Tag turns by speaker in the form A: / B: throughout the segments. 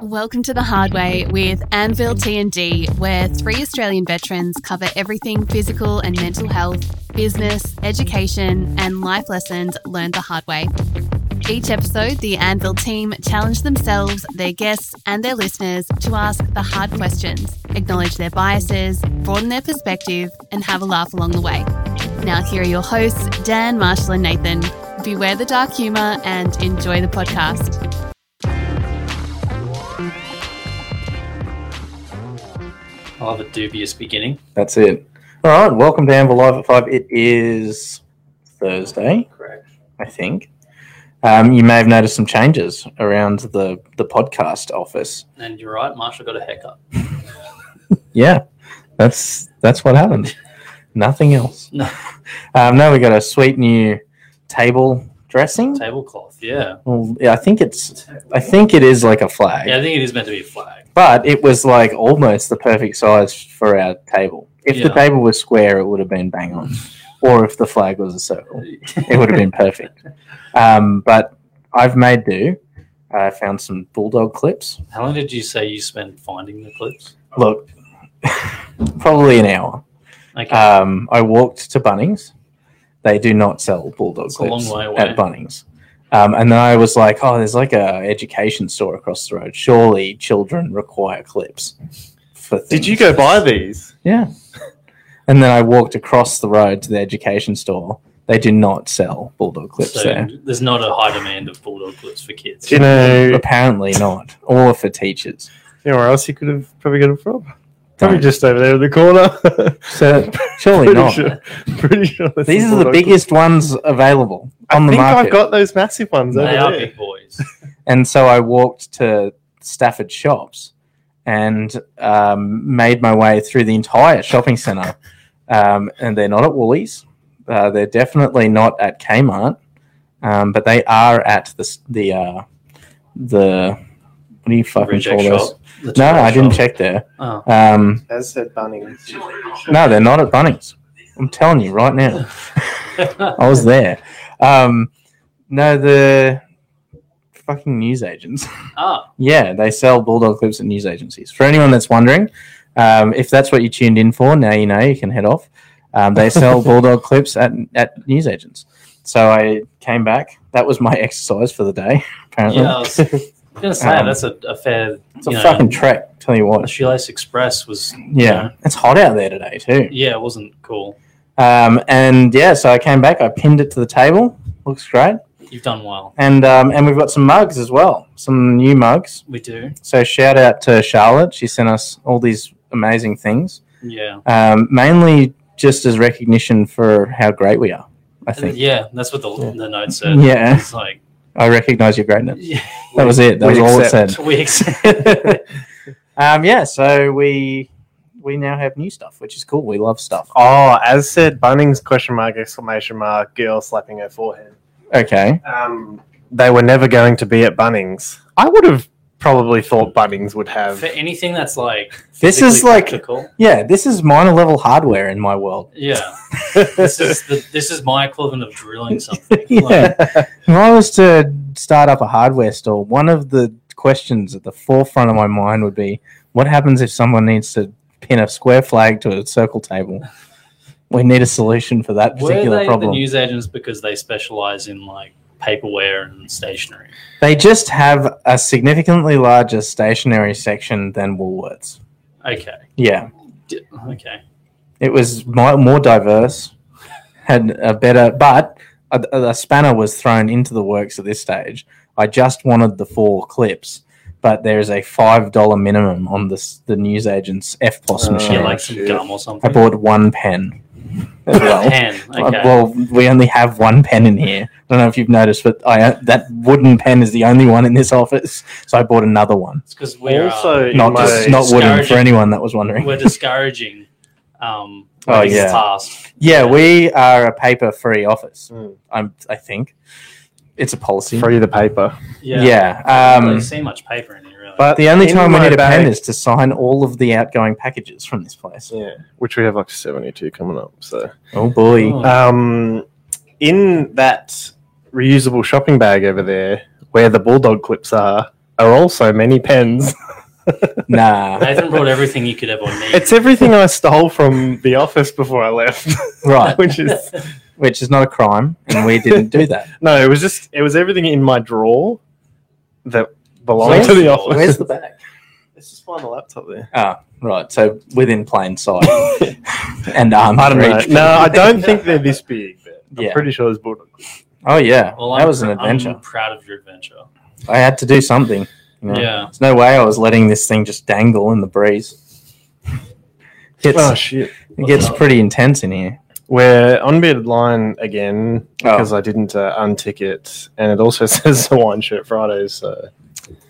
A: Welcome to The Hard Way with Anvil T&D, where three Australian veterans cover everything physical and mental health, business, education, and life lessons learned the hard way. Each episode, the Anvil team challenge themselves, their guests, and their listeners to ask the hard questions, acknowledge their biases, broaden their perspective, and have a laugh along the way. Now, here are your hosts, Dan, Marshall, and Nathan. Beware the dark humour and enjoy the podcast.
B: I'll have a dubious beginning.
C: That's it. All right, welcome to Anvil Live at Five. It is Thursday,
B: Correct.
C: I think. Um, you may have noticed some changes around the the podcast office.
B: And you're right, Marshall got a hiccup.
C: Yeah, that's that's what happened. Nothing else.
B: No.
C: Um, now we got a sweet new table dressing.
B: Tablecloth, yeah.
C: Well, yeah, I think it's I think it is like a flag,
B: Yeah, I think it is meant to be a flag.
C: but it was like almost the perfect size for our table. If the
B: Yeah.
C: table was square, it would have been bang on, or if the flag was a circle. it would have been perfect. Um, but I've made do. I found some bulldog clips.
B: How long did you say you spent finding the clips?
C: Look, probably an hour.
B: Okay.
C: Um, I walked to Bunnings. They do not sell bulldog
B: It's a long
C: clips
B: way away.
C: at Bunnings. Um, and then I was like, oh, there's like a education store across the road. Surely children require clips. For
D: Did you
C: things."
D: go buy these?
C: Yeah. And then I walked across the road to the education store. They do not sell bulldog clips
B: so
C: there.
B: there's not a high demand of bulldog clips for kids.
D: Do you know
C: Apparently not. All are for teachers.
D: anywhere else you could have probably got it from? Probably
C: Don't.
D: just over there in the corner.
C: So surely
D: pretty
C: not.
D: sure. Pretty sure. that's
C: These
D: a
C: are the
D: bulldog.
C: biggest ones available on
D: I
C: the
D: think
C: market.
D: I've got those massive ones
B: They
D: over
B: are
D: there.
B: big boys.
C: and so I walked to Stafford Shops and um, made my way through the entire shopping centre. Um, and they're not at Woolies. Uh, they're definitely not at Kmart, um, but they are at the s- the uh, the what do you fucking
B: Reject
C: call
B: shop.
C: those?
B: the
C: No,
B: toy
C: I didn't
B: shop.
C: check there.
B: Oh.
C: Um,
D: As said, Bunnings.
C: No, they're not at Bunnings. I'm telling you right now. I was there. Um, no, the fucking news agents.
B: ah,
C: yeah, they sell bulldog clips at news agencies. For anyone that's wondering, um, if that's what you tuned in for, now you know you can head off. Um, they sell bulldog clips at at news agents. So I came back. That was my exercise for the day. Apparently,
B: yeah. I was gonna say
C: Um,
B: that's a, a fair.
C: it's a
B: you know,
C: fucking trek. Tell you
B: the
C: what.
B: Shoelace Express was.
C: Yeah, it's hot out there today too.
B: Yeah, it wasn't cool.
C: Um, and yeah, so I came back. I pinned it to the table. Looks great.
B: You've done well.
C: And um, and we've got some mugs as well, some new mugs.
B: We do.
C: So shout out to Charlotte. She sent us all these amazing things,
B: Yeah.
C: um, mainly just as recognition for how great we are. I think.
B: Yeah, that's what the,
D: Yeah.
B: the note said.
C: Yeah,
B: It's like
C: I recognise your greatness.
B: yeah,
C: That was it. That
D: We
C: was all it
D: accept.
C: said.
B: we accept.
C: um, yeah. So we we now have new stuff, which is cool. We love stuff.
D: Oh, as said, Bunnings question mark exclamation mark girl slapping her forehead.
C: Okay.
D: Um, they were never going to be at Bunnings. I would have probably thought Bunnings would have.
B: for anything that's like
C: This is
B: physically
C: like-
B: practical,
C: Yeah, this is minor level hardware in my world.
B: yeah this is the, this is my equivalent of drilling something like,
C: yeah. If I was to start up a hardware store, one of the questions at the forefront of my mind would be what happens if someone needs to pin a square flag to a circle table? We need a solution for that
B: were
C: particular
B: they
C: problem.
B: the news agents because they specialize in like paperware and stationery
C: they just have a significantly larger stationary section than Woolworths.
B: okay
C: Yeah.
B: D-
C: uh-huh.
B: okay
C: It was mi- more diverse, had a better, but a, a spanner was thrown into the works at this stage. I just wanted the four clips, but there is a five dollar minimum on this the newsagent's FPOS
D: Oh,
C: machine.
B: yeah like some
D: shit.
B: gum or
C: I
B: something
C: bought one pen as well.
B: pen
C: Uh,
B: okay
C: well, we only have one pen in here. I don't know if you've noticed, but I that wooden pen is the only one in this office. So I bought another one.
B: it's because we're
D: Also,
B: uh,
D: in
C: Not
D: my-
C: just, not wooden for
B: Discouraging.
C: anyone that was wondering.
B: we're discouraging um
C: Oh,
B: this
C: yeah.
B: task
C: Yeah, we are a paper free office.
D: Mm.
C: I'm, I think it's a policy.
D: free the paper.
B: yeah
C: Yeah,
B: I don't
C: um,
B: really see much paper in here really
D: But
C: the only
D: in
C: time we
D: my
C: need a pen
D: bag-
C: is to sign all of the outgoing packages from this place.
D: Yeah, which we have like seventy-two coming up. So,
C: Oh boy.
B: Oh.
D: um, in that reusable shopping bag over there, where the bulldog clips are, are also many pens.
C: Nah,
B: Nathan brought everything you could ever need.
D: It's everything I stole from the office before I left,
C: right.
D: which is
C: Which is not a crime, and we didn't do that.
D: no, it was just it was everything in my drawer that belonged to
C: Where's-
D: the office.
C: where's the back?
D: Let's just find the laptop there.
C: Ah, right. So within plain sight and arm
D: I don't know.
C: reach.
D: No, I don't think they're this big. But I'm
C: Yeah.
D: pretty sure it's built.
C: Oh yeah,
B: Well,
C: that
B: I'm
C: was an
B: pr-
C: adventure.
B: I'm proud of your adventure.
C: I had to do something. you know.
B: Yeah.
C: There's no way I was letting this thing just dangle in the breeze. It's,
D: Oh shit!
C: it gets pretty intense in here.
D: We're on bearded line again because I didn't uh, untick it, and it also says Hawaiian Shirt Fridays. So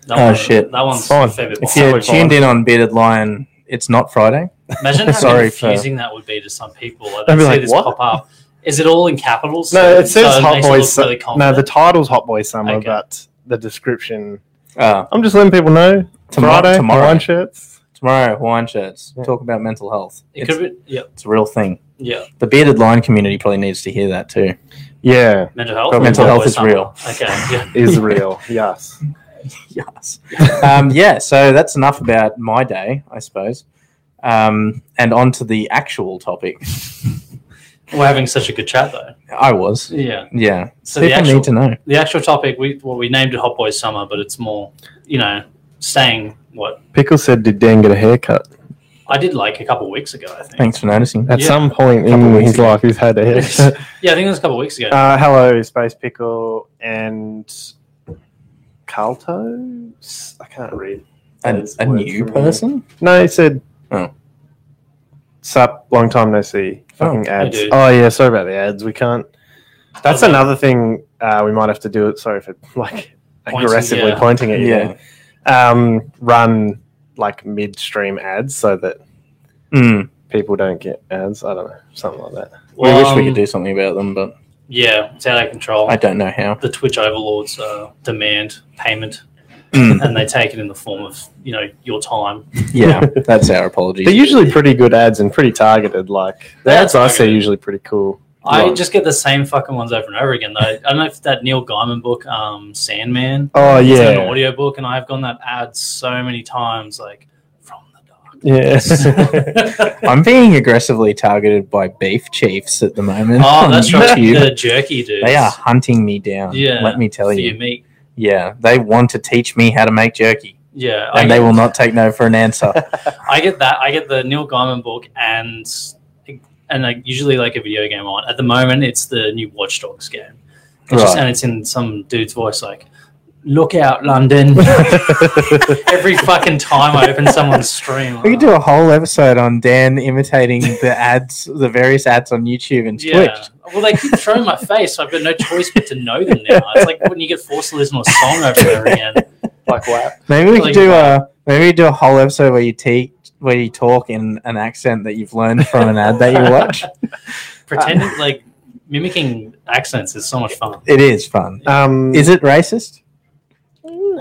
B: That
C: Oh,
B: one-
C: shit.
B: That one's
D: It's fine.
B: a fair bit
C: If
B: more.
C: you're tuned in on Bearded Lion, it's not Friday.
B: Imagine how
C: Sorry for-
B: confusing that would be to some people. Like,
D: They'd
B: they
D: be
B: see
D: like,
B: this
D: "What?"
B: pop up. Is it all in capitals?
D: no, it says Hot
B: makes it
D: Boy.
B: look
D: Su-
B: really
D: no, the
B: confident.
D: title's Hot Boy Summer,
B: Okay.
D: but the description.
C: Uh,
D: I'm just letting people know
C: Tomorrow-
D: Friday
C: tomorrow.
D: Hawaiian shirts.
C: tomorrow, Hawaiian shirts.
D: Yeah.
C: Talk about mental health.
B: It
C: It's,
B: could be. Yeah.
C: it's a real thing.
B: Yeah.
C: The Bearded Lion community probably needs to hear that too.
D: Yeah,
B: Mental health.
C: But mental
B: Hot
C: health
B: Boy
C: is
B: Summer.
C: real.
B: Okay. Yeah.
D: is real. Yes.
C: Yes. um, yeah, so that's enough about my day, I suppose. Um, and on to the actual topic.
B: We're having such a good chat though.
C: I was.
B: Yeah.
C: Yeah.
B: So
C: People
B: the actual
C: need to know.
B: the actual topic we well we named it Hot Boy Summer, but it's more you know staying what
D: Pickle said, "Did Dan get a haircut?"
B: I did like a couple of weeks ago. I think.
C: Thanks for noticing.
D: At
B: Yeah.
D: some point in
C: Couple weeks
D: his
C: ago.
D: life, he's had a haircut.
B: Yeah, I think it was a couple of weeks ago.
D: Uh, hello, Space Pickle and Calto. S- I can't read.
C: A, a new person?
D: No, he said.
C: Oh.
D: Sup, long time no see. Fucking
B: Hey,
D: ads.
B: dude.
D: Oh yeah, sorry about the ads. We can't. That's
B: Okay.
D: another thing uh, we might have to do. It. Sorry for like
B: Pointing,
D: aggressively
B: yeah.
D: pointing at you.
C: Yeah.
D: Um, run like midstream ads so that
C: Mm.
D: people don't get ads. I don't know, something like that.
B: Well,
C: we wish we
B: um,
C: could do something about them, but
B: Yeah, it's out of control.
C: I don't know how.
B: the Twitch overlords uh, demand payment,
C: Mm.
B: and they take it in the form of you know your time.
C: Yeah, that's our apology.
D: They're usually pretty good ads and pretty targeted. Like the
B: Yeah,
D: ads I see are
B: targeted.
D: usually pretty cool.
B: I
D: Right.
B: just get the same fucking ones over and over again. Though I don't know if that Neil Gaiman book, um, Sandman.
D: Oh
B: It's
D: yeah,
B: an audio book, and I have gone that ad so many times, like from the
D: Yes.
B: dark.
C: I'm being aggressively targeted by beef chiefs at the moment.
B: oh,
C: on
B: that's right,
C: YouTube.
B: the jerky dudes.
C: They are hunting me down.
B: Yeah,
C: Let me tell
B: for
C: you.
B: your meat.
C: Yeah, they want to teach me how to make jerky,
B: Yeah, I
C: and they
B: get-
C: will not take no for an answer.
B: I get that. I get the Neil Gaiman book and and like usually like a video game on. At the moment, it's the new Watch Dogs game. It's just,
C: Right.
B: and it's in some dude's voice like, "Look out, London!" Every fucking time I open someone's stream,
C: We could
B: like,
C: do a whole episode on Dan imitating the ads, the various ads on YouTube and Twitch.
B: yeah. Well, they keep throwing my face. So I've got no choice but to know them now. It's like when you get forced to listen to a song over and over again.
D: like wow.
C: Maybe we
B: Like
C: could do a maybe we do a whole episode where you teach where you talk in an accent that you've learned from an ad that you watch.
B: Pretending like mimicking accents is so much fun.
C: It is fun.
D: Um,
C: Is it racist?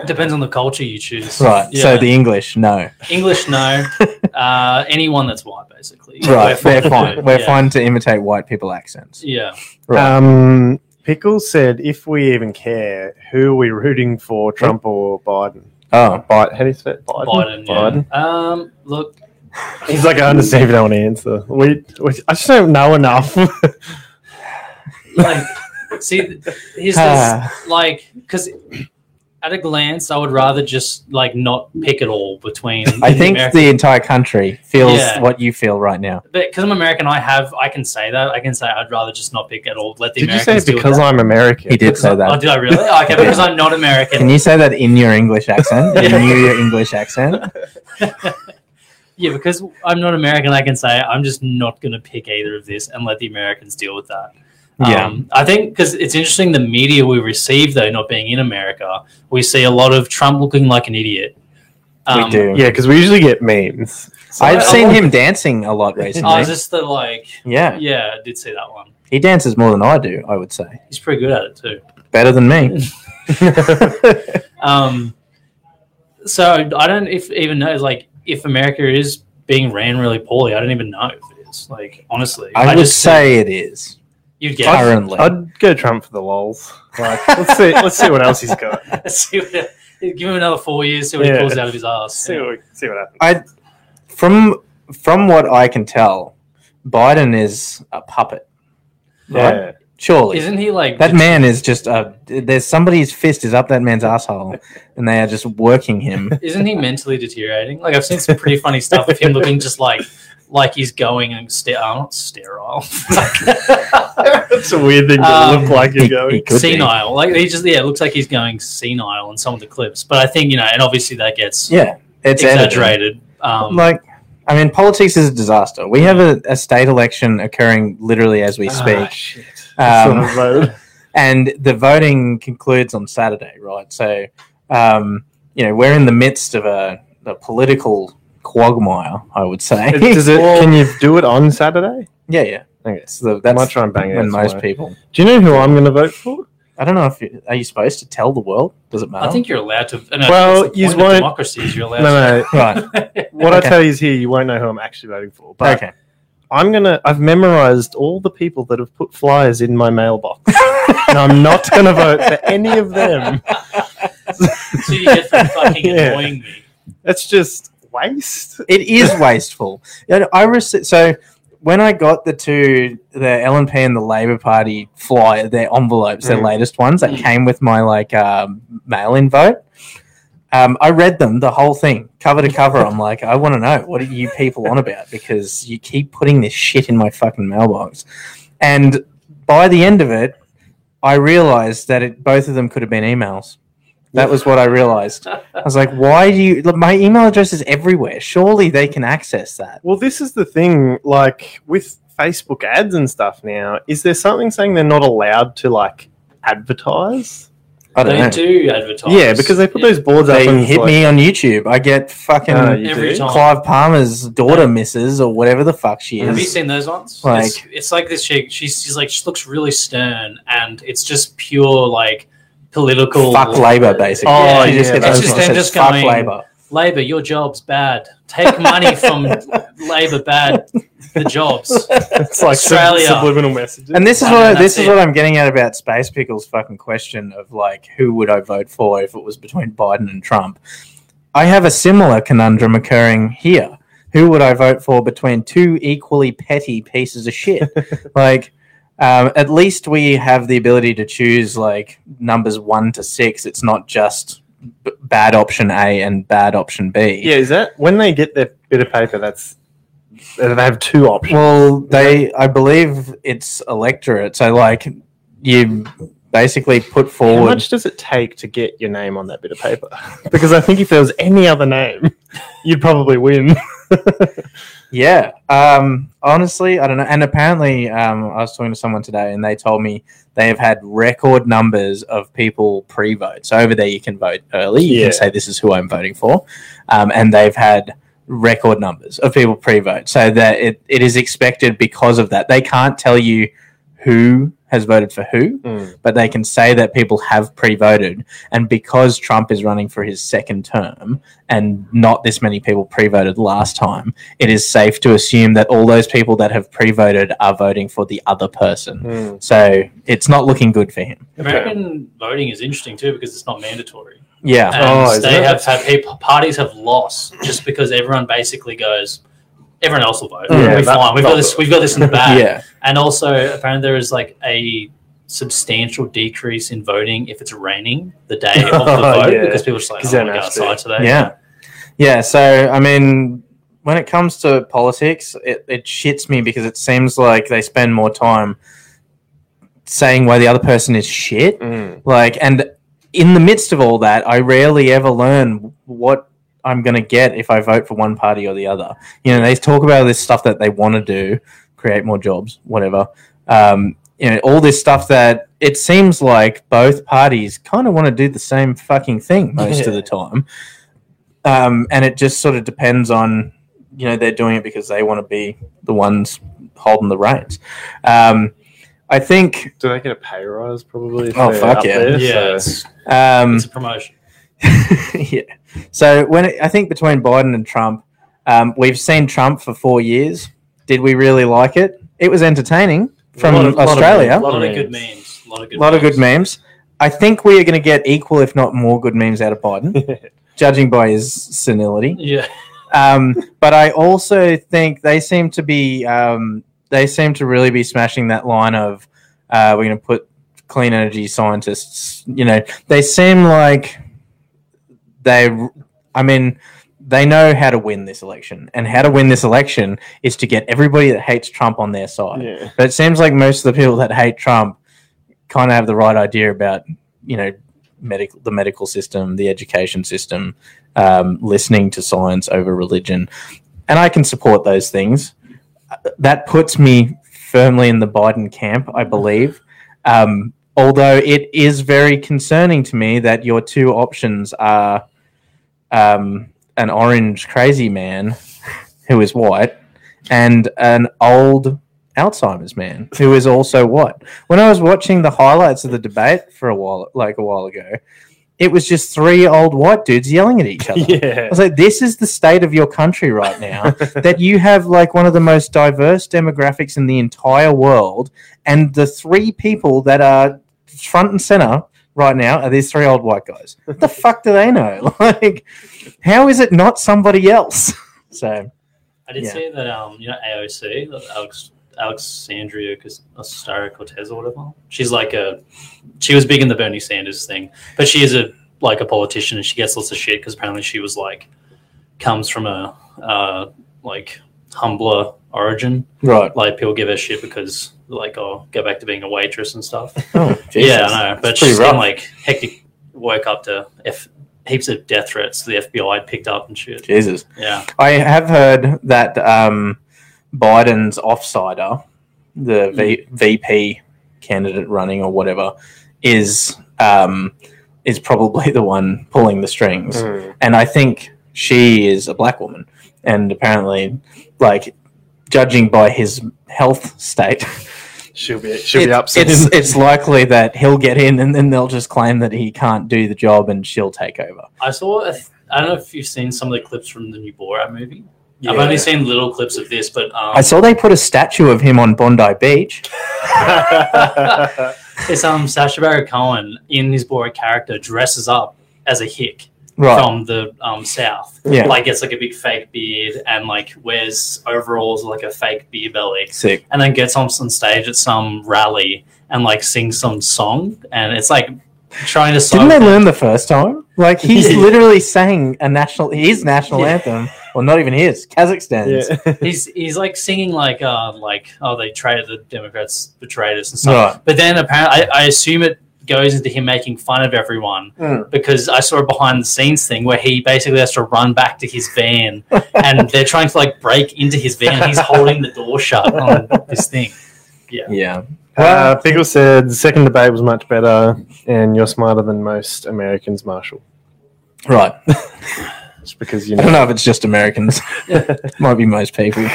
B: Depends on the culture you choose.
C: Right.
B: Yeah.
C: So the English, no.
B: English, no. Uh, anyone that's white, basically. We're
C: Right. We're fine.
B: with it.
C: We're
B: yeah.
C: fine to imitate white people accents.
B: Yeah.
C: Right.
D: um, Pickle said, if we even care, who are we rooting for, Trump or Biden?
C: Oh,
D: Biden. How do you say it?
B: Biden. yeah. Um, look,
D: He's like, I understand if you don't want to answer. We, we, I just don't know enough.
B: like, see, th- here's this,
C: Ah,
B: like, because at a glance, I would rather just, like, not pick at all between.
C: I think
B: American,
C: the entire country feels
B: Yeah.
C: what you feel right now.
B: Because I'm American, I have, I can say that. I can say I'd rather just not pick at all. Let the
D: Did you say
B: Americans
D: it
B: deal with
D: because
B: that.
D: I'm American?
C: He did
B: Because
C: say
B: I- Oh,
C: that.
B: did I really? Okay,
C: Yeah.
B: because I'm not
C: Can
B: American.
C: you say that in your English accent? In
B: Yeah.
C: your English accent?
B: Yeah, because I'm not American, I can say I'm just not going to pick either of this and let the Americans deal with that.
C: Yeah.
B: Um, I think because it's interesting the media we receive, though, not being in America, we see a lot of Trump looking like an idiot. Um,
C: we do.
D: Yeah, because we usually get memes.
B: so I-
C: I've seen
B: I,
C: him dancing a lot recently.
B: Oh, is this the like?
C: yeah.
B: Yeah, I did see that one.
C: He dances more than I do, I would say.
B: He's pretty good at it too.
C: Better than me.
B: Um, so I don't if even know like if America is being ran really poorly. I don't even know if it is. Like honestly,
C: I, would
B: just
C: say it is
B: you'd get.
C: currently.
D: I'd go Trump for the lols. Like, let's see, let's see what else he's got.
B: See what- Give him another four years, see what
D: Yeah.
B: he pulls out of his ass.
D: see, what, see what happens.
C: I from from what I can tell, Biden is a puppet. Right?
D: Yeah.
C: Surely.
B: Isn't he like
C: that man is just a. There's somebody's fist is up that man's asshole, and they are just working him.
B: Isn't he mentally deteriorating? Like I've seen some pretty funny stuff of him looking just like like he's going and ste- oh, not sterile,
D: That's a weird thing to
B: Um,
D: look like you're
C: He-
D: going.
C: he could be.
B: senile. Like he just yeah, it looks like he's going senile in some of the clips. But I think you know, and obviously that gets
C: Yeah, it's editing.
B: exaggerated. Um,
C: Like, I mean, politics is a disaster. We have a, a state election occurring literally as we
D: Ah,
C: speak.
D: shit.
C: Um,
D: Sort of mode.
C: and the voting concludes on Saturday, right? So, um, you know, we're in the midst of a, a political quagmire, I would say.
D: It- Does it, can you do it on Saturday?
C: yeah, yeah.
D: Okay.
C: It's the,
D: I
C: that's
D: might try and bang it.
C: when
D: out
C: most
D: tomorrow.
C: people.
D: Do you know who I'm going to vote for?
C: I don't know if you, are you supposed to tell the world? Does it matter?
B: I think you're allowed to. No,
D: Well,
B: that's the
D: you
B: point of
D: won't-
B: Democracy is you're allowed.
D: No, no.
C: right.
D: What
C: Okay.
D: I tell you is here, you won't know who I'm actually voting for. But
C: okay.
D: I'm gonna. I've memorized all the people that have put flyers in my mailbox, and I'm not gonna vote for any of them.
B: To. So you get from fucking
D: Yeah.
B: annoying me.
D: That's just waste.
C: It is wasteful. And I rece- so when I got the two, the LNP and the Labor Party flyer, their envelopes, their
D: Mm.
C: latest ones that
B: Mm.
C: came with my like um, mail-in vote. Um, I read them the whole thing, cover to cover. I'm like, I want to know what are you people on about because you keep putting this shit in my fucking mailbox. And by the end of it, I realized that it, both of them could have been emails. That was what I realized. I was like, why do you? Look, my email address is everywhere. Surely they can access that.
D: Well, this is the thing. Like with Facebook ads and stuff now, is there something saying they're not allowed to like advertise?
C: I don't
B: They
C: know.
B: do advertise.
D: Yeah, because they put
B: Yeah.
D: those boards
C: They
D: up and it's
C: hit
D: like,
C: me on YouTube. I get fucking
D: Oh, you
B: Every
D: do?
B: time.
C: Clive Palmer's daughter misses or whatever the fuck she
B: Have you
C: is.
B: seen those ones?
C: Like-
B: it's, it's like this chick. She's, she's like she looks really stern, and it's just pure like political.
C: Fuck Labor, basically.
D: Oh,
C: she
D: yeah,
C: just gets
D: that's
C: on
D: just
C: and
B: them
C: says,
B: just
C: fuck
B: going-
C: Labor.
B: Labor, your job's bad. Take money from Labor, bad. The jobs.
D: it's like sub-
B: Australia.
D: subliminal messages.
C: And this is
B: I
C: what
B: mean,
C: I, this
B: that's
C: is
B: it.
C: what I'm getting at about Space Pickle's fucking question of like who would I vote for if it was between Biden and Trump. I have a similar conundrum occurring here. Who would I vote for between two equally petty pieces of shit? like, um, at least we have the ability to choose like numbers one to six. It's not just b- bad option A and bad option B.
D: yeah, is that when they get their bit of paper? That's they have two options.
C: Well, they, I believe it's electorate. So, like, you basically put
D: How
C: forward.
D: much does it take to get your name on that bit of paper? Because I think if there was any other name, you'd probably win.
C: Yeah. Um, honestly, I don't know. And apparently, um, I was talking to someone today, and they told me they have had record numbers of people pre-vote. So over there, you can vote early. You
D: Yeah.
C: can say this is who I'm voting for, um, and they've had record numbers of people pre-vote. So that it, it is expected because of that. They can't tell you who has voted for who,
D: Mm,
C: but they can say that people have pre-voted and because trump is running for his second term and not this many people pre-voted last time it is safe to assume that all those people that have pre-voted are voting for the other person
D: mm,
C: so it's not looking good for him
B: American voting is interesting too because it's not mandatory.
C: yeah
B: And
D: Oh, is
B: they
D: it?
B: have had people, parties have lost just because everyone basically goes, everyone else will vote.
D: Yeah,
B: we're
D: that-
B: fine. We've got this. We've got this in the bag.
C: yeah
B: And also, apparently, there is like a substantial decrease in voting if it's raining the day of the
D: Oh,
B: vote
D: yeah.
B: because people are just like,
D: Because
B: oh, I'm
D: they're
B: going
D: nasty.
B: outside today.
C: yeah yeah so i mean when it comes to politics it, it shits me because it seems like they spend more time saying why the other person is shit
D: mm.
C: like and in the midst of all that i rarely ever learn what i'm going to get if i vote for one party or the other you know they talk about this stuff that they want to do create more jobs whatever um, you know all this stuff that it seems like both parties kind of want to do the same fucking thing most of
D: Yeah.
C: the time um, and it just sort of depends on you know they're doing it because they want to be the ones holding the reins um, i think
D: Do they get a pay rise? Probably. if
C: Oh,
D: they're
C: fuck
D: up
C: yeah.
D: there,
B: Yeah,
D: so-
B: it's,
C: um,
B: it's a promotion.
C: yeah. So when it, I think between Biden and Trump, um, we've seen Trump for four years. Did we really like it? It was entertaining from
D: Lot of- lot of-
C: Australia.
B: A
D: lot
B: lot of
D: memes.
B: good memes. A lot of good.
C: a lot of good memes. I think we are going to get equal, if not more, good memes out of Biden, judging by his senility.
B: Yeah.
C: um, but I also think they seem to be um, they seem to really be smashing that line of uh, we're going to put clean energy scientists. You know, they seem like they. I mean, they know how to win this election, and how to win this election is to get everybody that hates Trump on their side.
D: Yeah.
C: But it seems like most of the people that hate Trump kind of have the right idea about, you know, medical, the medical system, the education system, um, listening to science over religion, and I can support those things. Uh, That puts me firmly in the Biden camp, I believe. Um, although it is very concerning to me that your two options are um, an orange crazy man who is white and an old Alzheimer's man who is also white. When I was watching the highlights of the debate for a while, like a while ago, it was just three old white dudes yelling at each other. I
D: Yeah.
C: was like, this is the state of your country right now that you have like one of the most diverse demographics in the entire world. And the three people that are front and center right now are these three old white guys. What the fuck do they know? Like, how is it not somebody else? So,
B: I did
C: Yeah.
B: see that um, you know AOC, that Alex Alexandria Cos- Ostara Cortez or whatever. She's like a she was big in the Bernie Sanders thing, but she is a like a politician and she gets lots of shit because apparently she was like comes from a uh, like humbler origin.
C: right.
B: Like people give her shit because like oh go back to being a waitress and stuff.
C: Oh, Jesus.
B: Yeah, I know. But
C: That's
B: she's
C: pretty rough.
B: been like hectic work up to F- heaps of death threats the FBI picked up and shit.
C: Jesus.
B: Yeah.
C: I have heard that um, Biden's offsider, the v- VP candidate running or whatever, is um, is probably the one pulling the strings,
D: Mm.
C: and I think she is a black woman, and apparently, like judging by his health state,
D: She'll be she'll
C: it-
D: be upset.
C: It's, it's likely that he'll get in, and then they'll just claim that he can't do the job, and she'll take over.
B: I saw. A th- I don't know if you've seen some of the clips from the new Borat movie.
D: Yeah.
B: I've only seen little clips of this, but um,
C: I saw they put a statue of him on Bondi Beach.
B: it's um Sacha Baron Cohen in his Borat character dresses up as a hick
C: Right.
B: from the um south.
C: Yeah.
B: Like gets like a big fake beard and like wears overalls like a fake beer belly,
C: Sick.
B: and then gets on some stage at some rally and like sings some song, and it's like trying to
C: Didn't
B: solve.
C: they learn the first time? Like he's
B: Yeah.
C: literally sang a national his national
B: Yeah.
C: anthem, or not even his, Kazakhstan's.
D: yeah.
B: he's he's like singing like uh like oh they traded the Democrats betrayed us and stuff.
C: Right.
B: But then apparently I, I assume it goes into him making fun of everyone
C: Hmm.
D: Mm.
B: because I saw a behind the scenes thing where he basically has to run back to his van and they're trying to like break into his van. He's holding the door shut on this thing.
C: Yeah.
D: Uh, Pickle said the second debate was much better, and you're smarter than most Americans, Marshall.
C: Right.
D: It's because you
C: I don't
D: know.
C: know if it's just Americans. Might be most people.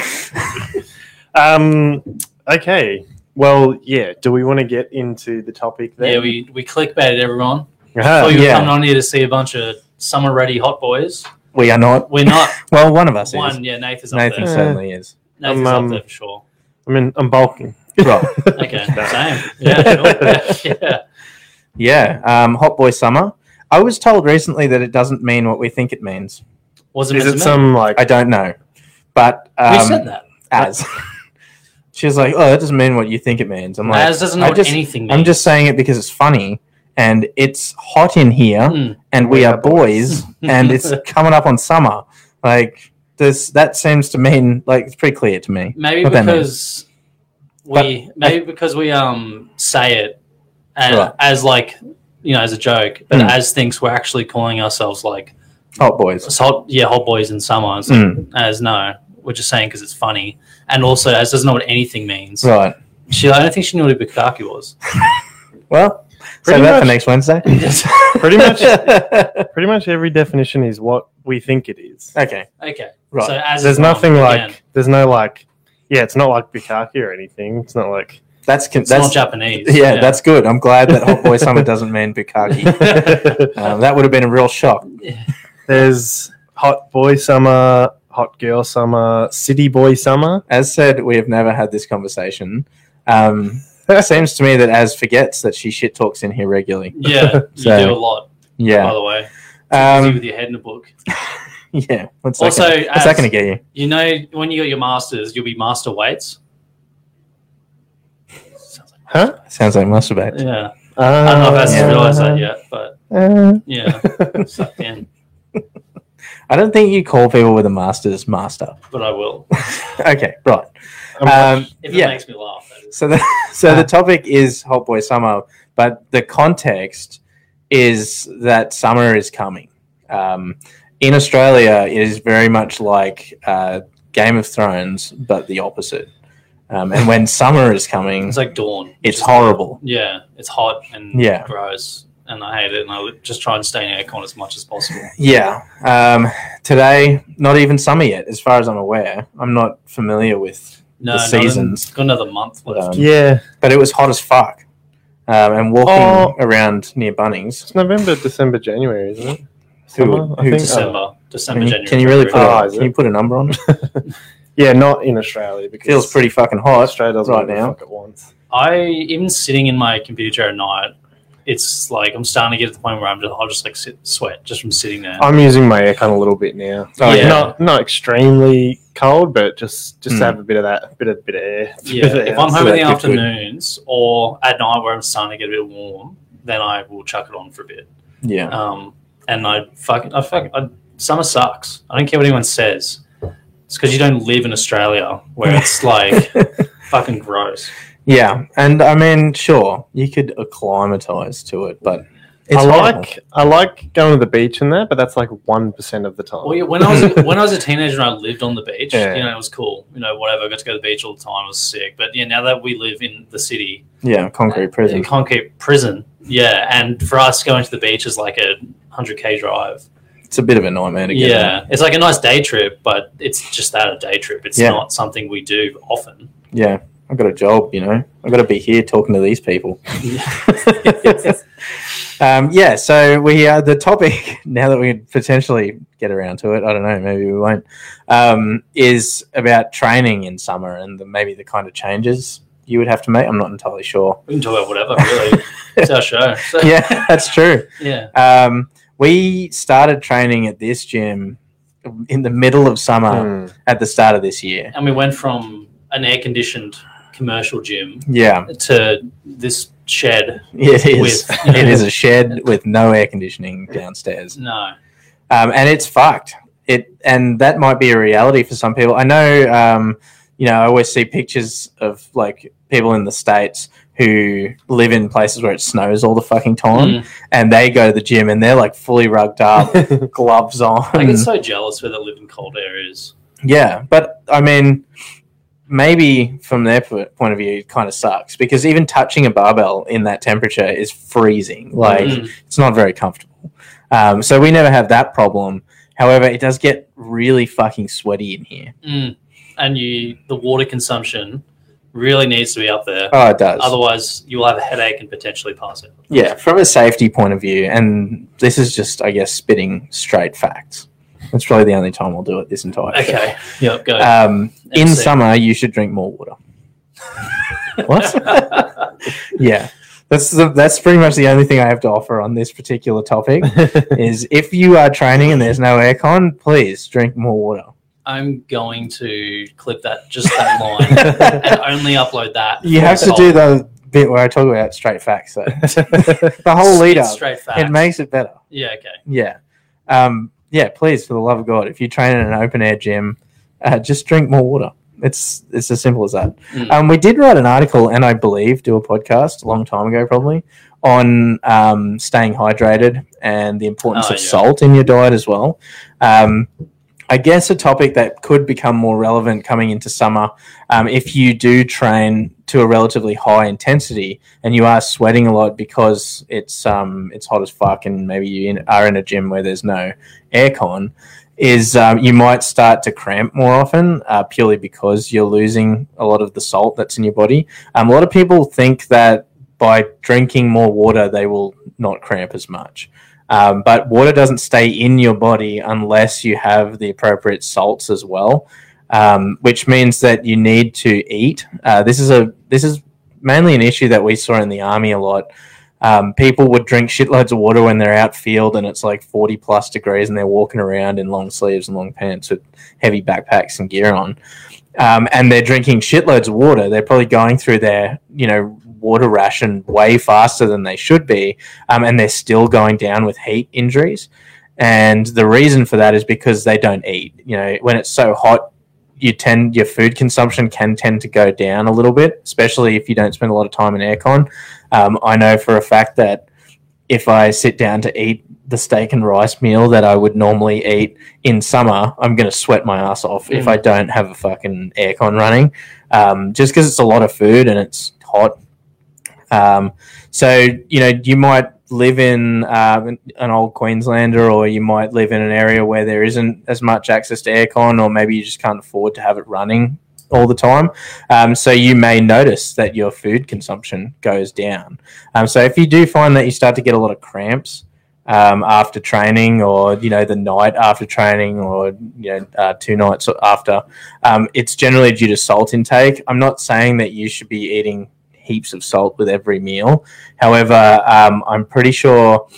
D: Um, okay. Well, yeah. Do we want to get into the topic then?
B: Yeah, we we clickbaited everyone.
D: Ah,
B: oh, you were
C: yeah.
B: coming on here to see a bunch of summer ready hot boys.
C: We are not.
B: We're not
C: Well, one of us is.
B: one. Yeah, Nathan's up
C: Nathan
B: there.
D: Uh,
C: certainly is.
B: Nathan's
D: I'm, um,
B: up there for sure.
D: I mean, I'm bulking.
C: Right.
B: Okay, same. Yeah, sure. yeah.
C: Yeah. Um, Hot Boy Summer. I was told recently that it doesn't mean what we think it means.
B: Wasn't
D: Is
B: meant
D: it
B: to be.
D: some like?
C: I don't know. But um,
B: Who said that?
C: as she was like, Oh, that doesn't mean what you think it means. I'm like
B: Maz doesn't know
C: I
B: what
C: just-
B: anything means.
C: I'm just saying it because it's funny and it's hot in here
B: Mm.
C: and we are boys and it's coming up on summer. Like this that seems to mean like it's pretty clear to me.
B: maybe
C: what that
B: because we maybe because we um say it and
C: Right.
B: as like you know as a joke, but
C: Mm.
B: as things we're actually calling ourselves like
C: Hot boys.
B: hot yeah hot boys in summer and stuff,
C: Mm,
B: as no. We're just saying because it's funny, and also as doesn't know what anything means.
C: Mm. right.
B: She, I don't think she knew what a bukkake was.
C: Well,
D: Pretty
C: save that for
D: much-
C: next Wednesday.
D: Pretty much.
C: okay.
D: Pretty much every definition is what we think it is.
B: Okay,
C: Right.
B: so as
D: There's
B: is wrong,
D: nothing like.
B: again,
D: There's no like. Yeah, it's not like bukkake or anything. It's not like.
C: that's con-
B: it's
C: that's
B: not Japanese.
C: yeah, that's good. I'm glad that hot boy summer doesn't mean bukkake. Um, that would have been a real shock.
D: There's hot boy summer, hot girl summer, city boy summer.
C: As said, we have never had this conversation. Um, it seems to me that Az forgets that she shit talks in here regularly.
B: Yeah, you
C: So,
B: do a lot, by
C: Yeah.
B: the way. Busy
C: Um,
B: with your head in a book.
C: yeah. What's that
B: Also,
C: gonna- what's that
B: Az,
C: going to get you?
B: you know, when you got your masters, you'll be master weights. Sounds like-
D: Huh?
C: Sounds like masturbate.
B: Yeah, I don't know if that's
C: Uh,
D: Uh,
C: Yeah.
B: realized that yet, but yeah, suck in,
C: I don't think you call people with a master's master.
B: but I will
C: okay, right.
D: I'm-
C: Um,
B: if it
C: yeah.
B: makes me laugh. That is.
C: So the so
D: Ah.
C: the topic is Hot Boy Summer, but the context is that summer is coming. Um, in Australia, it is very much like uh, Game of Thrones, but the opposite. Um, and when summer is coming,
B: It's like dawn.
C: it's
B: Just-
C: horrible.
B: Yeah, it's hot and
C: Yeah.
B: gross, and I hate it. And I li- just try and stay in aircon as much as possible.
C: Yeah. Um, today, not even summer yet, as far as I'm aware. I'm not familiar with
B: No,
C: The
B: not in-
C: seasons.
B: got another month left.
C: Um,
D: yeah,
C: but it was hot as fuck. Um, and walking
D: Oh.
C: around near Bunnings.
D: it's November, December, January, isn't it? Summer, I
C: who
D: think. uh,
B: December, December,
C: uh, Can you,
B: January.
C: can you really put
B: February.
D: Oh,
C: a,
D: is
C: can you
D: it?
C: put a number on it?
D: Yeah, not in Australia because
C: Feels pretty fucking hot.
D: Australia doesn't
C: right
D: right now.
C: now.
D: Fuck at once.
B: I even sitting in my computer at night. It's like I'm starting to get to the point where I'm just I'll just like sit, sweat just from sitting there.
D: I'm using my aircon a little bit now.
C: Oh,
B: Yeah.
D: Not not extremely cold, but just just
C: Hmm.
D: to have a bit of that, bit of bit of air.
B: Yeah, if I'm
C: so
B: home in
C: that
B: the
C: gives good-
B: afternoons or at night where I'm starting to get a bit warm, then I will chuck it on for a bit.
C: Yeah.
B: Um, and I fucking, I fucking, I, summer sucks. I don't care what anyone says. It's because you don't live in Australia where it's like fucking gross.
C: yeah. And I mean, sure, you could acclimatize to it, but it's
D: I
C: horrible.
D: like I like going to the beach and that, but that's like one percent of the time.
B: Well, yeah, when I was when I was a teenager and I lived on the beach,
D: Yeah.
B: you know, it was cool. You know, whatever. I got to go to the beach all the time. I was sick, but yeah, now that we live in the city,
C: yeah, concrete prison.
B: In concrete prison. Yeah, and for us going to the beach is like a hundred k drive.
C: It's a bit of a nightmare to get
B: Yeah, it's like a nice day trip, but it's just that a day trip. It's
C: Yeah.
B: not something we do often.
C: there. Yeah. I've got a job, you know. I've got to be here talking to these people. um, yeah, so we uh, the topic now that we could potentially get around to it, I don't know, maybe we won't, um, is about training in summer and the, maybe the kind of changes you would have to make. I'm not entirely sure.
B: We can talk about whatever. Really, it's our show. So, yeah.
C: yeah, that's true. Um, we started training at this gym in the middle of summer
D: Hmm.
C: at the start of this year.
B: and we went from an air conditioned commercial gym
C: Yeah,
B: to this shed.
C: it is.
B: With-
C: it is a shed with no air conditioning downstairs,
B: No,
C: um, and it's fucked. It and that might be a reality for some people. I know. Um, you know, I always see pictures of like people in the states who live in places where it snows all the fucking time,
B: Mm.
C: and they go to the gym and they're like fully rugged up, gloves on.
B: I get so jealous where they live in cold areas.
C: Yeah, but I mean, maybe from their po- point of view, it kind of sucks because even touching a barbell in that temperature is freezing. Like,
B: Mm.
C: it's not very comfortable. Um, so we never have that problem. However, it does get really fucking sweaty in here.
B: Mm. and you the water consumption really needs to be up there.
C: Oh, it does.
B: Otherwise, you will have a headache and potentially pass it.
C: yeah, from a safety point of view, and this is just, I guess, spitting straight facts. That's probably the only time I'll do it this entire. show.
B: Okay. Yep. Go.
C: Um, in
B: MC.
C: summer, you should drink more water.
B: Uh,
C: yeah that's the, that's pretty much the only thing i have to offer on this particular topic is if you are training and there's no aircon please drink more water
B: I'm going to clip that just that line and only upload that.
C: you have to do the bit where i talk about straight facts though the whole lead up
B: Straight facts.
C: it makes it better
B: yeah. Okay.
C: yeah um yeah please for the love of god if you train in an open air gym uh, just drink more water it's it's as simple as that
B: Mm.
C: um we did write an article and i believe do a podcast a long time ago probably on um, staying hydrated and the importance
B: Oh,
C: of
B: yeah.
C: salt in your diet as well um I guess a topic that could become more relevant coming into summer um, if you do train to a relatively high intensity and you are sweating a lot because it's um, it's hot as fuck and maybe you in, are in a gym where there's no aircon is um, you might start to cramp more often uh, purely because you're losing a lot of the salt that's in your body. Um, a lot of people think that by drinking more water they will not cramp as much. Um, but water doesn't stay in your body unless you have the appropriate salts as well, um, which means that you need to eat. Uh, this is a this is mainly an issue that we saw in the army a lot. Um, people would drink shitloads of water when they're out field and it's like 40 plus degrees and they're walking around in long sleeves and long pants with heavy backpacks and gear on. Um, and they're drinking shitloads of water. They're probably going through their, you know, water ration way faster than they should be. Um, and they're still going down with heat injuries. And the reason for that is because they don't eat. You know, when it's so hot, you tend your food consumption can tend to go down a little bit, especially if you don't spend a lot of time in aircon. Um, I know for a fact that if I sit down to eat the steak and rice meal that I would normally eat in summer, I'm going to sweat my ass off if
B: Mm.
C: I don't have a fucking aircon running, um, just because it's a lot of food and it's hot. Um, so you know, you might live in um, an old Queenslander, or you might live in an area where there isn't as much access to aircon, or maybe you just can't afford to have it running all the time. Um, so you may notice that your food consumption goes down. Um, so if you do find that you start to get a lot of cramps um, after training, or you know the night after training, or you know uh, two nights after, um, it's generally due to salt intake. I'm not saying that you should be eating heaps of salt with every meal. However, um, I'm pretty sure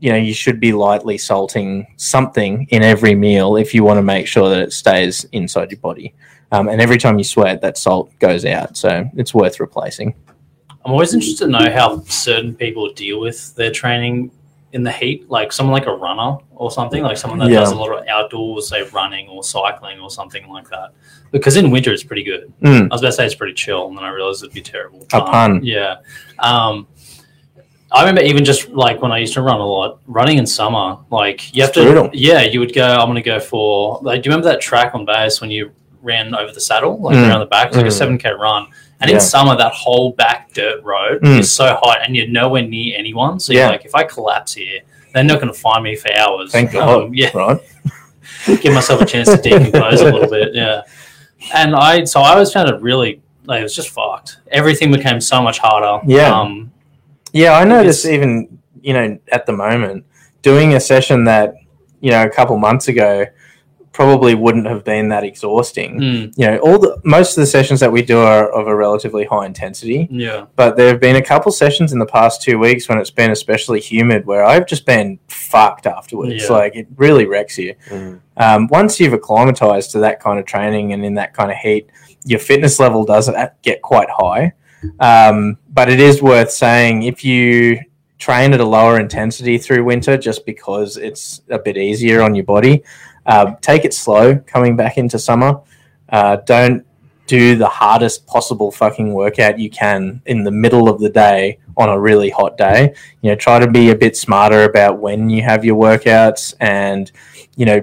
C: you know you should be lightly salting something in every meal if you want to make sure that it stays inside your body. Um, and every time you sweat, that salt goes out, so it's worth replacing.
B: I'm always interested to know how certain people deal with their training in the heat, like someone like a runner or something, like someone that
C: Yeah.
B: does a lot of outdoors, say running or cycling or something like that. Because in winter it's pretty good.
C: Mm,
B: I was about to say it's pretty chill, and then I realized it'd be terrible.
C: A
B: Um,
C: pun.
B: yeah. Um, I remember even just like when I used to run a lot, running in summer, like you have
C: It's
B: to,
C: brutal.
B: yeah, you would go. I'm going to go for. Like, do you remember that track on base when you ran over the saddle, like
C: Mm.
B: around the back, It was like a
D: Mm.
B: seven k run? And
C: Yeah.
B: in summer, that whole back dirt road
C: Mm.
B: is so hot, and you're nowhere near anyone. So
C: Yeah.
B: you're like, if I collapse here, they're not going to find me for hours.
C: thank
B: Um,
C: God.
B: yeah
C: Right.
B: give myself a chance to decompose a little bit. Yeah. And I, so I always found it really, like, it was just fucked. Everything became so much harder.
C: Yeah.
B: Um,
C: Yeah, I notice
B: Yes.
C: even you know at the moment doing a session that you know a couple months ago probably wouldn't have been that exhausting.
B: mm,
C: You know, all the most of the sessions that we do are of a relatively high intensity,
B: yeah.
C: but there have been a couple sessions in the past two weeks when it's been especially humid where I've just been fucked afterwards.
B: Yeah.
C: Like it really wrecks you.
B: Hmm.
C: Um, once you've acclimatized to that kind of training and in that kind of heat, your fitness level does get quite high. Um, but it is worth saying if you train at a lower intensity through winter just because it's a bit easier on your body, uh, take it slow coming back into summer. Uh, don't do the hardest possible fucking workout you can in the middle of the day on a really hot day. You know, try to be a bit smarter about when you have your workouts and, you know,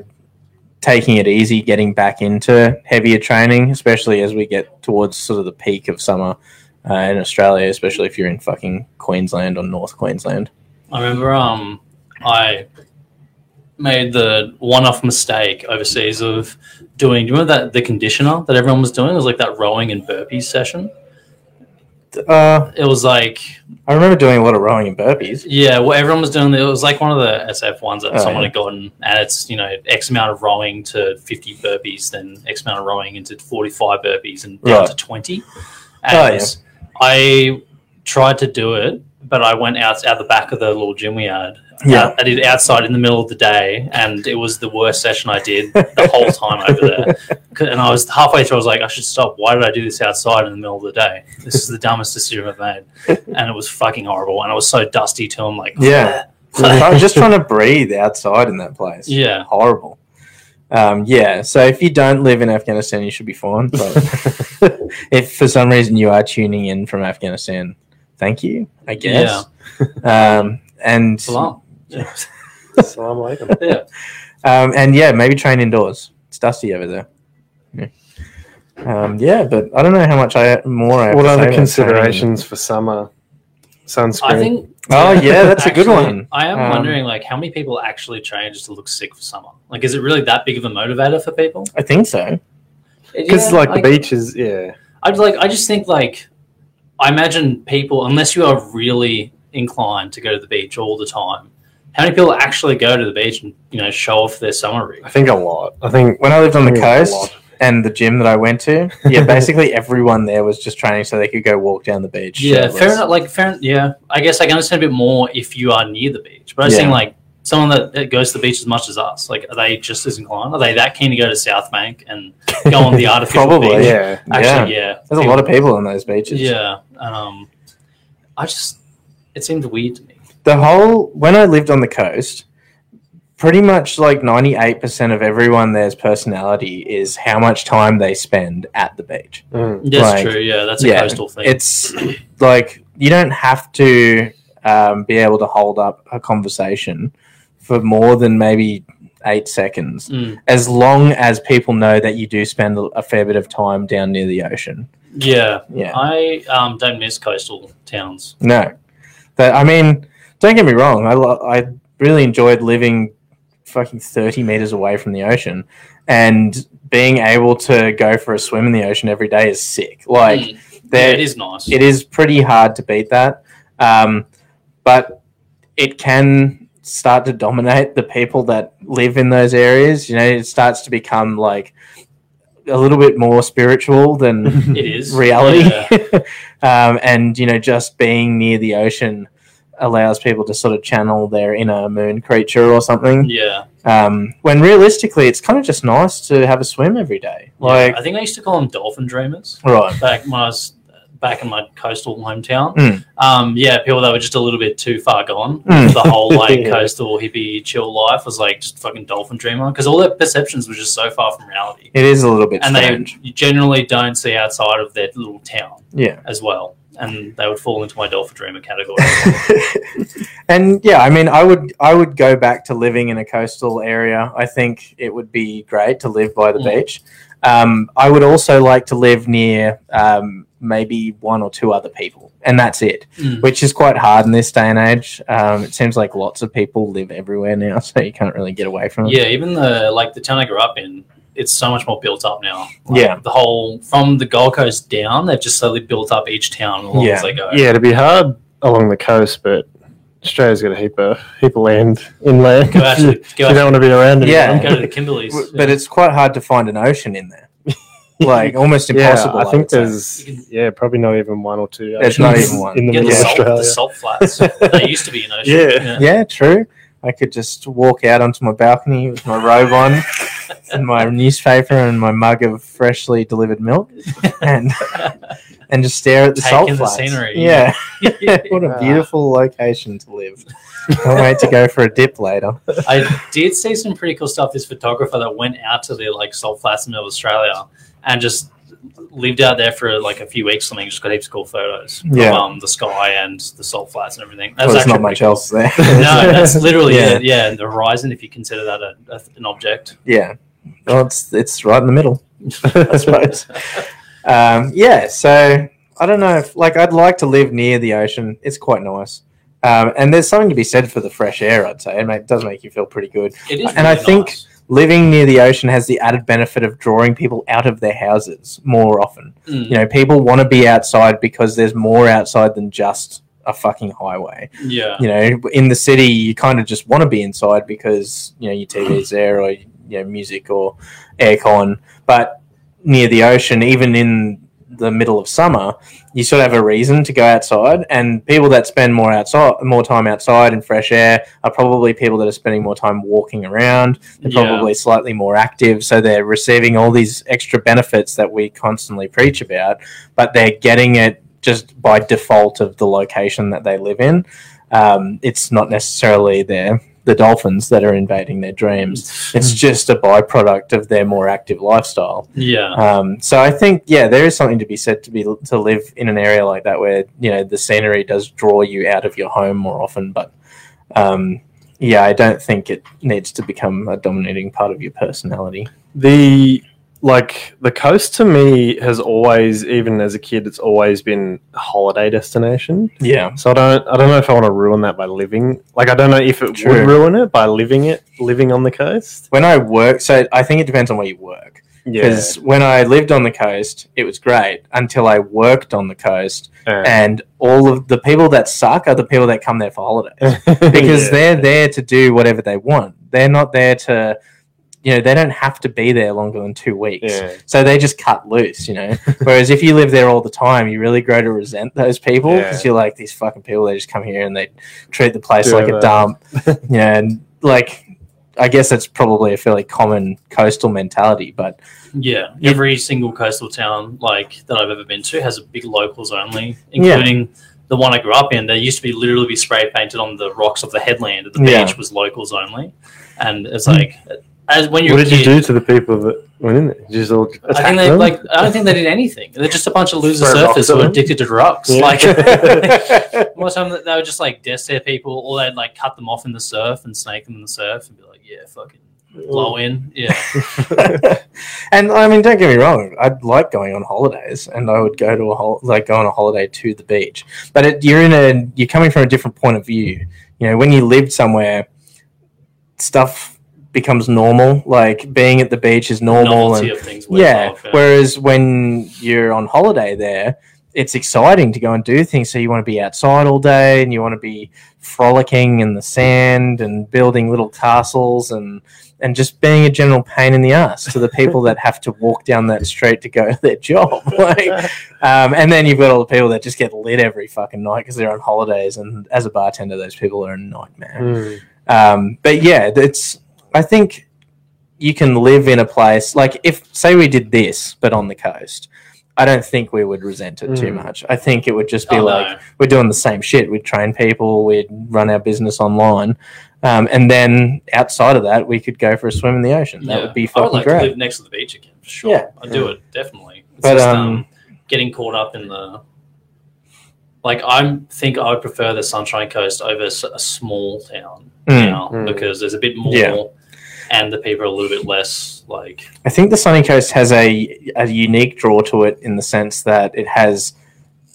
C: taking it easy, getting back into heavier training, especially as we get towards sort of the peak of summer uh, in Australia, especially if you're in fucking Queensland or North Queensland.
B: I remember, um, I made the one off mistake overseas of doing, do you remember that the conditioner that everyone was doing? It was like that rowing and burpees session.
C: Uh,
B: It was like,
C: I remember doing a lot of rowing and burpees.
B: Yeah, well, everyone was doing it. It was like one of the SF ones that
C: Oh,
B: someone
C: yeah.
B: had gotten, and it's you know X amount of rowing to fifty burpees, then X amount of rowing into forty-five burpees, and down
C: Right.
B: to twenty.
C: Oh,
B: And I tried to do it, but I went out out the back of the little gym we had.
C: Yeah.
B: Out- I did it outside in the middle of the day, and it was the worst session I did the whole time over there. 'Cause- And I was halfway through, I was like, I should stop. Why did I do this outside in the middle of the day? This is the dumbest decision I've made and it was fucking horrible. And I was so dusty till I'm like,
C: Yeah. I was just trying to breathe outside in that place.
B: yeah,
C: Horrible. Um, yeah, so if you don't live in Afghanistan, you should be fine. But if for some reason you are tuning in from Afghanistan, thank you, I guess. Um, and
B: salam.
D: Salam alaikum.
B: Yeah,
C: Um, and yeah, maybe train indoors. It's dusty over there. Yeah. Um, yeah, but I don't know how much I more. I have
D: What
C: to say
D: other
C: about training.
D: considerations for summer? Sunscreen.
B: I think.
C: Oh yeah, that's a good
B: Actually,
C: one.
B: I am
C: Um,
B: wondering, like, how many people actually train just to look sick for summer? Like, is it really that big of a motivator for people?
C: I think so.
D: Because like the beach is yeah.
B: I'd like. I just think like, I imagine people, unless you are really inclined to go to the beach all the time, how many people actually go to the beach and you know show off their summer rig?
D: I think a lot. I think
C: When I lived on the
D: I think a
C: coast
D: lot.
C: and the gym that I went to, yeah, basically everyone there was just training so they could go walk down the beach.
B: Yeah,
C: shirtless.
B: fair enough. Like fair, yeah. I guess I can understand a bit more if you are near the beach. But I was
C: Yeah.
B: saying like someone that, that goes to the beach as much as us. Like, are they just as inclined? Are they that keen to go to South Bank and go on the artificial
C: Probably,
B: beach?
D: yeah.
B: Actually, yeah.
C: There's a lot of people on those beaches.
B: Yeah. Um, I just it seemed weird to me.
C: the whole when I lived on the coast, pretty much like ninety eight percent of everyone there's personality is how much time they spend at the beach.
D: Mm.
B: That's
C: Like,
B: true. Yeah, that's a
C: yeah,
B: coastal thing.
C: It's like you don't have to um, be able to hold up a conversation for more than maybe eight seconds,
B: Mm.
C: as long as people know that you do spend a fair bit of time down near the ocean.
B: yeah.
C: Yeah,
B: I um, don't miss coastal towns.
C: No, but I mean, don't get me wrong. I lo- I really enjoyed living fucking thirty meters away from the ocean, and being able to go for a swim in the ocean every day is sick. Like
B: Mm. yeah,
C: there,
B: it is nice.
C: it is pretty hard to beat that, um, but it can start to dominate the people that live in those areas. You know, it starts to become like a little bit more spiritual than
D: Hmm.
B: It is.
C: reality.
B: Yeah.
C: um, and, you know, just being near the ocean allows people to sort of channel their inner moon creature or something.
B: yeah.
C: Um, when realistically, it's kind of just nice to have a swim every day.
B: Yeah,
C: Like,
B: I think I used to call them dolphin dreamers
C: right.
B: back when I was back in my coastal hometown.
C: Mm.
B: Um, yeah, people that were just a little bit too far gone.
C: Mm.
B: The whole like
D: Yeah.
B: coastal hippie chill life was like just fucking dolphin dreamer because all their perceptions were just so far from reality,
C: It is a little bit
B: and
C: strange.
B: they generally don't see outside of their little town
C: yeah.
B: as well. And they would fall into my dolphin dreamer category.
C: and yeah, I mean, I would I would go back to living in a coastal area. I think it would be great to live by the
B: Mm.
C: beach. Um, I would also like to live near um, maybe one or two other people, and that's it,
B: Mm.
C: which is quite hard in this day and age. Um, it seems like lots of people live everywhere now, so you can't really get away from it.
B: Yeah, even the like the town I grew up in, it's so much more built up now. Like,
C: Yeah.
B: the whole from the Gold Coast down, they've just slowly built up each town along
C: Yeah.
B: as they go.
D: Yeah, it'd be hard along the coast, but Australia's got a heap of heap of land inland.
B: Go out to
D: you
B: go, out
D: don't want to be around it.
C: Yeah.
B: to- go to the Kimberleys.
C: W- But it's quite hard to find an ocean in there, like almost
D: yeah,
C: impossible.
D: I think
C: would say.
D: there's
B: You can-
D: yeah probably not even one or two.
C: There's not
D: oceans
C: even one.
D: in the
B: yeah,
D: middle
B: the,
D: of
B: salt,
D: Australia.
B: the salt flats. they used to be in ocean.
D: Yeah.
C: Yeah, true. I could just walk out onto my balcony with my robe on and my newspaper and my mug of freshly delivered milk and and just stare at the
B: Take
C: salt
B: in the
C: flats.
B: scenery.
C: Yeah. what a
D: Ah.
C: beautiful location to live. Can't wait to go for a dip later.
B: I did see some pretty cool stuff. This photographer that went out to the like salt flats in middle of Australia and just lived out there for like a few weeks. or Something just got heaps of cool photos. from,
C: Yeah.
B: um, the sky and the salt flats and everything. That
C: Well,
B: was
C: there's
B: actually
C: not
B: pretty
C: much else there.
B: no, that's literally
C: Yeah.
B: it. Yeah, and the horizon, if you consider that a, a, an object.
C: yeah. Well, it's it's right in the middle, I suppose. Um, yeah, so I don't know. If, like, I'd like to live near the ocean. It's quite nice, um, and there's something to be said for the fresh air. I'd say it, ma- does make you feel pretty good.
B: It is,
C: And I
B: really
C: think-
B: nice.
C: Living near the ocean has the added benefit of drawing people out of their houses more often.
B: Mm,
C: You know, people want to be outside because there's more outside than just a fucking highway.
B: yeah,
C: You know, in the city, you kind of just want to be inside because you know your TV's there or you know music or aircon. But near the ocean, even in the middle of summer, you sort of have a reason to go outside. And people that spend more outside, more time outside in fresh air, are probably people that are spending more time walking around. They're
B: Yeah.
C: probably slightly more active, so they're receiving all these extra benefits that we constantly preach about. But they're getting it just by default of the location that they live in. Um, it's not necessarily their the dolphins that are invading their dreams. It's just a byproduct of their more active lifestyle.
B: yeah,
C: Um, so I think yeah, there is something to be said to be to live in an area like that where you know the scenery does draw you out of your home more often. But um, yeah, I don't think it needs to become a dominating part of your personality.
D: the like the coast to me has always even as a kid it's always been a holiday destination
C: Yeah,
D: so i don't i don't know if i want to ruin that by living like i don't know if it
C: True.
D: would ruin it by living it living on the coast
C: when I work, so I think it depends on where you work. Because when I lived on the coast, it was great until I worked on the coast,
D: Yeah.
C: and all of the people that suck are the people that come there for holidays. because
D: Yeah.
C: they're there to do whatever they want. They're not there to you know they don't have to be there longer than two weeks.
D: Yeah.
C: So they just cut loose, you know. Whereas if you live there all the time, you really grow to resent those people because
D: Yeah.
C: you're like these fucking people. They just come here and they treat the place
D: Do
C: like a
D: that.
C: dump, you know. And like, I guess that's probably a fairly common coastal mentality. But
B: Yeah,
C: Yeah.
B: every single coastal town like that I've ever been to has a big locals only,
C: Yeah.
B: including the one I grew up in. There used to be literally be spray painted on the rocks of the headland. The beach
C: Yeah.
B: was locals only, and it's like as when you're
D: What
B: a
D: did you
B: kid-
D: do to the people that went in there? Did you just all attack
B: I think they
D: them?
B: like. I don't think they did anything. They're just a bunch of loser
D: Throw rocks
B: surfers who
D: at
B: are
D: them?
B: addicted to rocks.
D: Yeah.
B: Like one time that they would just like death people, or they'd like cut them off in the surf and snake them in the surf and be like, "Yeah, fucking blow in." Yeah,
C: and I mean, don't get me wrong. I'd like going on holidays, and I would go to a hol- like go on a holiday to the beach. But it, you're in a you're coming from a different point of view. You know, when you lived somewhere, stuff becomes normal. Like being at the beach is normal,
B: novelty
C: and
B: of things. wears
C: yeah.
B: off,
C: Whereas when you're on holiday there, it's exciting to go and do things. So you want to be outside all day, and you want to be frolicking in the sand and building little castles and and just being a general pain in the ass to the people that have to walk down that street to go to their job. Like, um, and then you've got all the people that just get lit every fucking night because they're on holidays. And as a bartender, those people are a nightmare.
D: Mm.
C: Um, but yeah, it's. I think you can live in a place like if say we did this, but on the coast. I don't think we would resent it too
D: Mm.
C: much. I think it would just be
B: Hmm. Oh, no.
C: like we're doing the same shit. We'd train people. We'd run our business online, um, and then outside of that, we could go for a swim in the ocean. That
B: Yeah.
C: would
B: I
C: be
B: would
C: fucking
B: like to
C: great.
B: live next to the beach again, for sure.
C: Yeah.
B: I'd do it definitely. It's
C: But,
B: just, um,
C: um,
B: getting caught up in the like, I think I would prefer the Sunshine Coast over s- a small town
C: Mm.
B: now
D: Mm.
B: because there's a bit more,
C: Yeah.
B: and the people are a little bit less like.
C: I think the sunny coast has a a unique draw to it in the sense that it has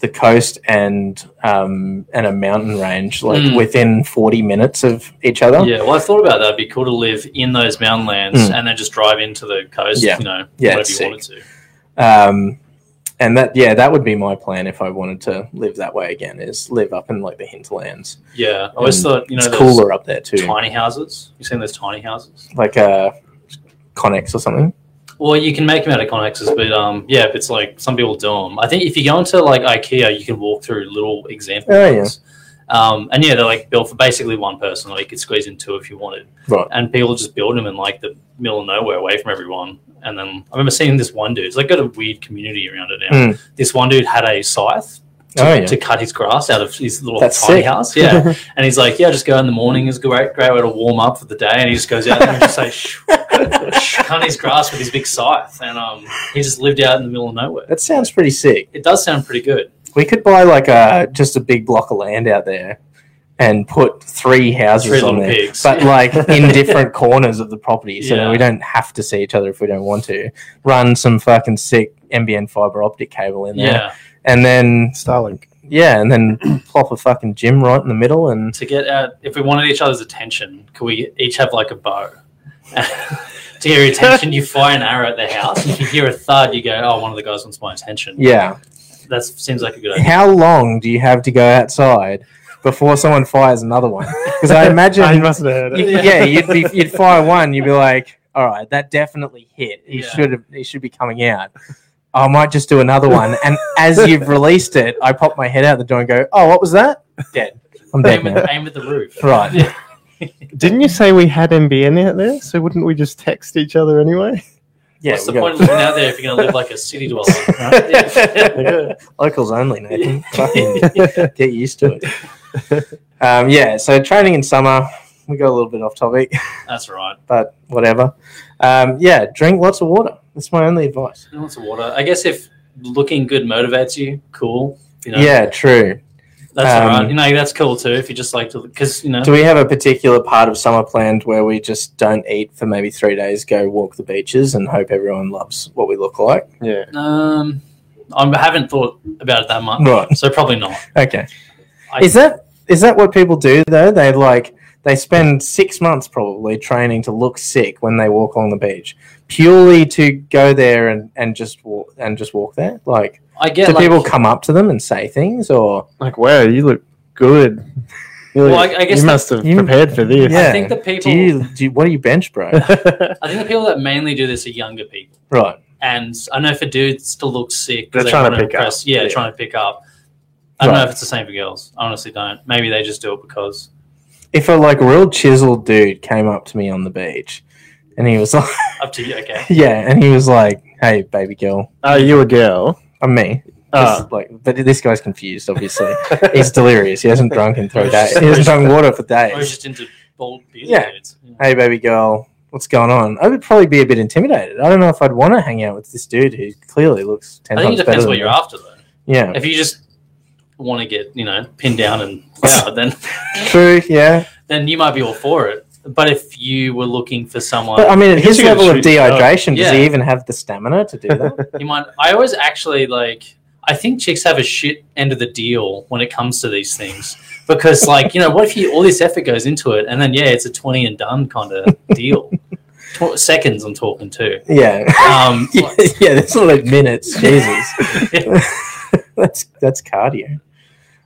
C: the coast and um, and a mountain range like
B: Mm.
C: within forty minutes of each other.
B: Yeah, well, I thought about that. It'd be cool to live in those mountain lands
C: Mm.
B: and then just drive into the coast.
C: Yeah.
B: You know,
C: Yeah,
B: whatever
C: it's
B: you
C: sick.
B: wanted to.
C: Um, and that yeah, that would be my plan if I wanted to live that way again. Is live up in like the hinterlands.
B: Yeah, I always
C: And
B: thought you know
C: Hmm. it's
B: those
C: cooler up there too,
B: tiny houses. You seen those tiny houses?
C: like uh, Connex or something.
B: Well, you can make them out of connexes, but um, yeah, if it's like some people do them. I think if you go into like IKEA, you can walk through little example
C: Oh, yeah.
B: ones. Um, and yeah, they're like built for basically one person. Like you could squeeze in two if you wanted.
C: Right.
B: And people just build them in like the middle of nowhere, away from everyone. And then I remember seeing this one dude. It's like got a weird community around it now.
C: Mm.
B: This one dude had a scythe to,
C: Oh yeah,
B: to cut his grass out of his little
C: That's
B: tiny
C: sick.
B: house. Yeah. And he's like, yeah, just go in the morning is a great, great way to warm up for the day. And he just goes out there and just like sh- sh- cut his grass with his big scythe. And um, he just lived out in the middle of nowhere.
C: that sounds pretty sick.
B: It does sound pretty good.
C: We could buy like a just a big block of land out there and put three houses
B: Three
C: on
B: little
C: there,
B: pigs.
C: but like in different corners of the property, so that
B: Yeah.
C: we don't have to see each other if we don't want to. Run some fucking sick NBN fiber optic cable in there,
B: yeah.
C: and then
D: Starlink.
C: yeah, and then plop a fucking gym right in the middle, and
B: To get out, if we wanted each other's attention, could we each have like a bow? to get your attention, you fire an arrow at their house. And if you hear a thud, you go, oh, one of the guys wants my attention.
C: yeah.
B: That seems like a good idea.
C: How long do you have to go outside before someone fires another one? Because I imagine
D: I must have heard
C: You-
D: it.
B: Yeah.
C: yeah, you'd be you'd fire one, you'd be like, all right, that definitely hit. He
B: Yeah.
C: should have. He should be coming out. I might just do another one, and as you've released it, I pop my head out the door and go, "Oh, what was that? Dead. I'm dead
B: Aim
C: now."
B: at, aim at the roof.
C: Right.
B: Yeah.
D: Didn't you say we had MBN out there? So wouldn't we just text each other anyway?
C: Yeah,
B: What's the
C: we go-
B: point of living out there if you're going to live like a city dweller? right?
C: locals only, Nathan. Fucking Get used to it. Um, yeah, so training in summer. We got a little bit off topic,
B: That's right.
C: but whatever. Um, yeah, drink lots of water. That's my only advice.
B: Lots of water. I guess if looking good motivates you, cool. You know,
C: Yeah, true.
B: that's
C: um,
B: all right. You know, that's cool too. If you just like to, because you know,
C: Do we have a particular part of summer planned where we just don't eat for maybe three days, go walk the beaches, and hope everyone loves what we look like?
D: Yeah.
B: um, I'm- I haven't thought about it that much,
C: Right.
B: so probably not.
C: Okay.
B: I-
C: Is that is that what people do though? They like they spend six months probably training to look sick when they walk along the beach, purely to go there and, and just walk and just walk there. Like,
B: I get
C: do
B: like,
C: people come up to them and say things, or
D: Like, wow, you look good.
B: Well, I- I guess
D: you
B: that-
D: must have
C: You-
D: prepared for this.
C: Yeah.
B: I think the people.
C: Do you, do you, what do you bench, bro?
B: I think the people that mainly do this are younger people.
C: right.
B: and I know for dudes to look sick, 'cause
D: They're trying to
B: wanna
D: pick up.
B: impress- Yeah,
D: Yeah.
B: trying to pick up. I don't
C: Right.
B: know if it's the same for girls. I honestly don't. Maybe they just do it because
C: If a like real chiseled dude came up to me on the beach, and he was like,
B: up to you. Okay,
C: yeah, and he was like, hey, baby girl,
D: Are you a girl?
C: I'm me.
D: Ah.
C: Just like, but this guy's confused. Obviously, he's delirious. He hasn't drunk in three days. He hasn't drunk water for
B: I was
C: days.
B: just into bald bearded
C: Yeah.
B: dudes.
C: hey baby girl what's going on i would probably be a bit intimidated i don't know if i'd want to hang out with this dude who clearly looks 10
B: I think
C: times
B: it depends
C: better
B: what
C: than
B: you're
C: me.
B: after though.
C: yeah
B: If you just want to get you know pinned down and out, then
C: true yeah
B: then you might be all for it. But if you were looking for someone,
C: but i mean at
D: guess
C: his
D: you gotta
C: level of
D: shoot it up.
C: dehydration does
B: Yeah.
C: he even have the stamina to do that
B: You might. I always actually like. I think chicks have a shit end of the deal when it comes to these things because, like, you know, what if you all this effort goes into it and then yeah, it's a twenty and done kind of deal. Tw- seconds I'm talking to.
C: yeah
B: Um,
C: yeah, yeah that's not like minutes jesus that's that's cardio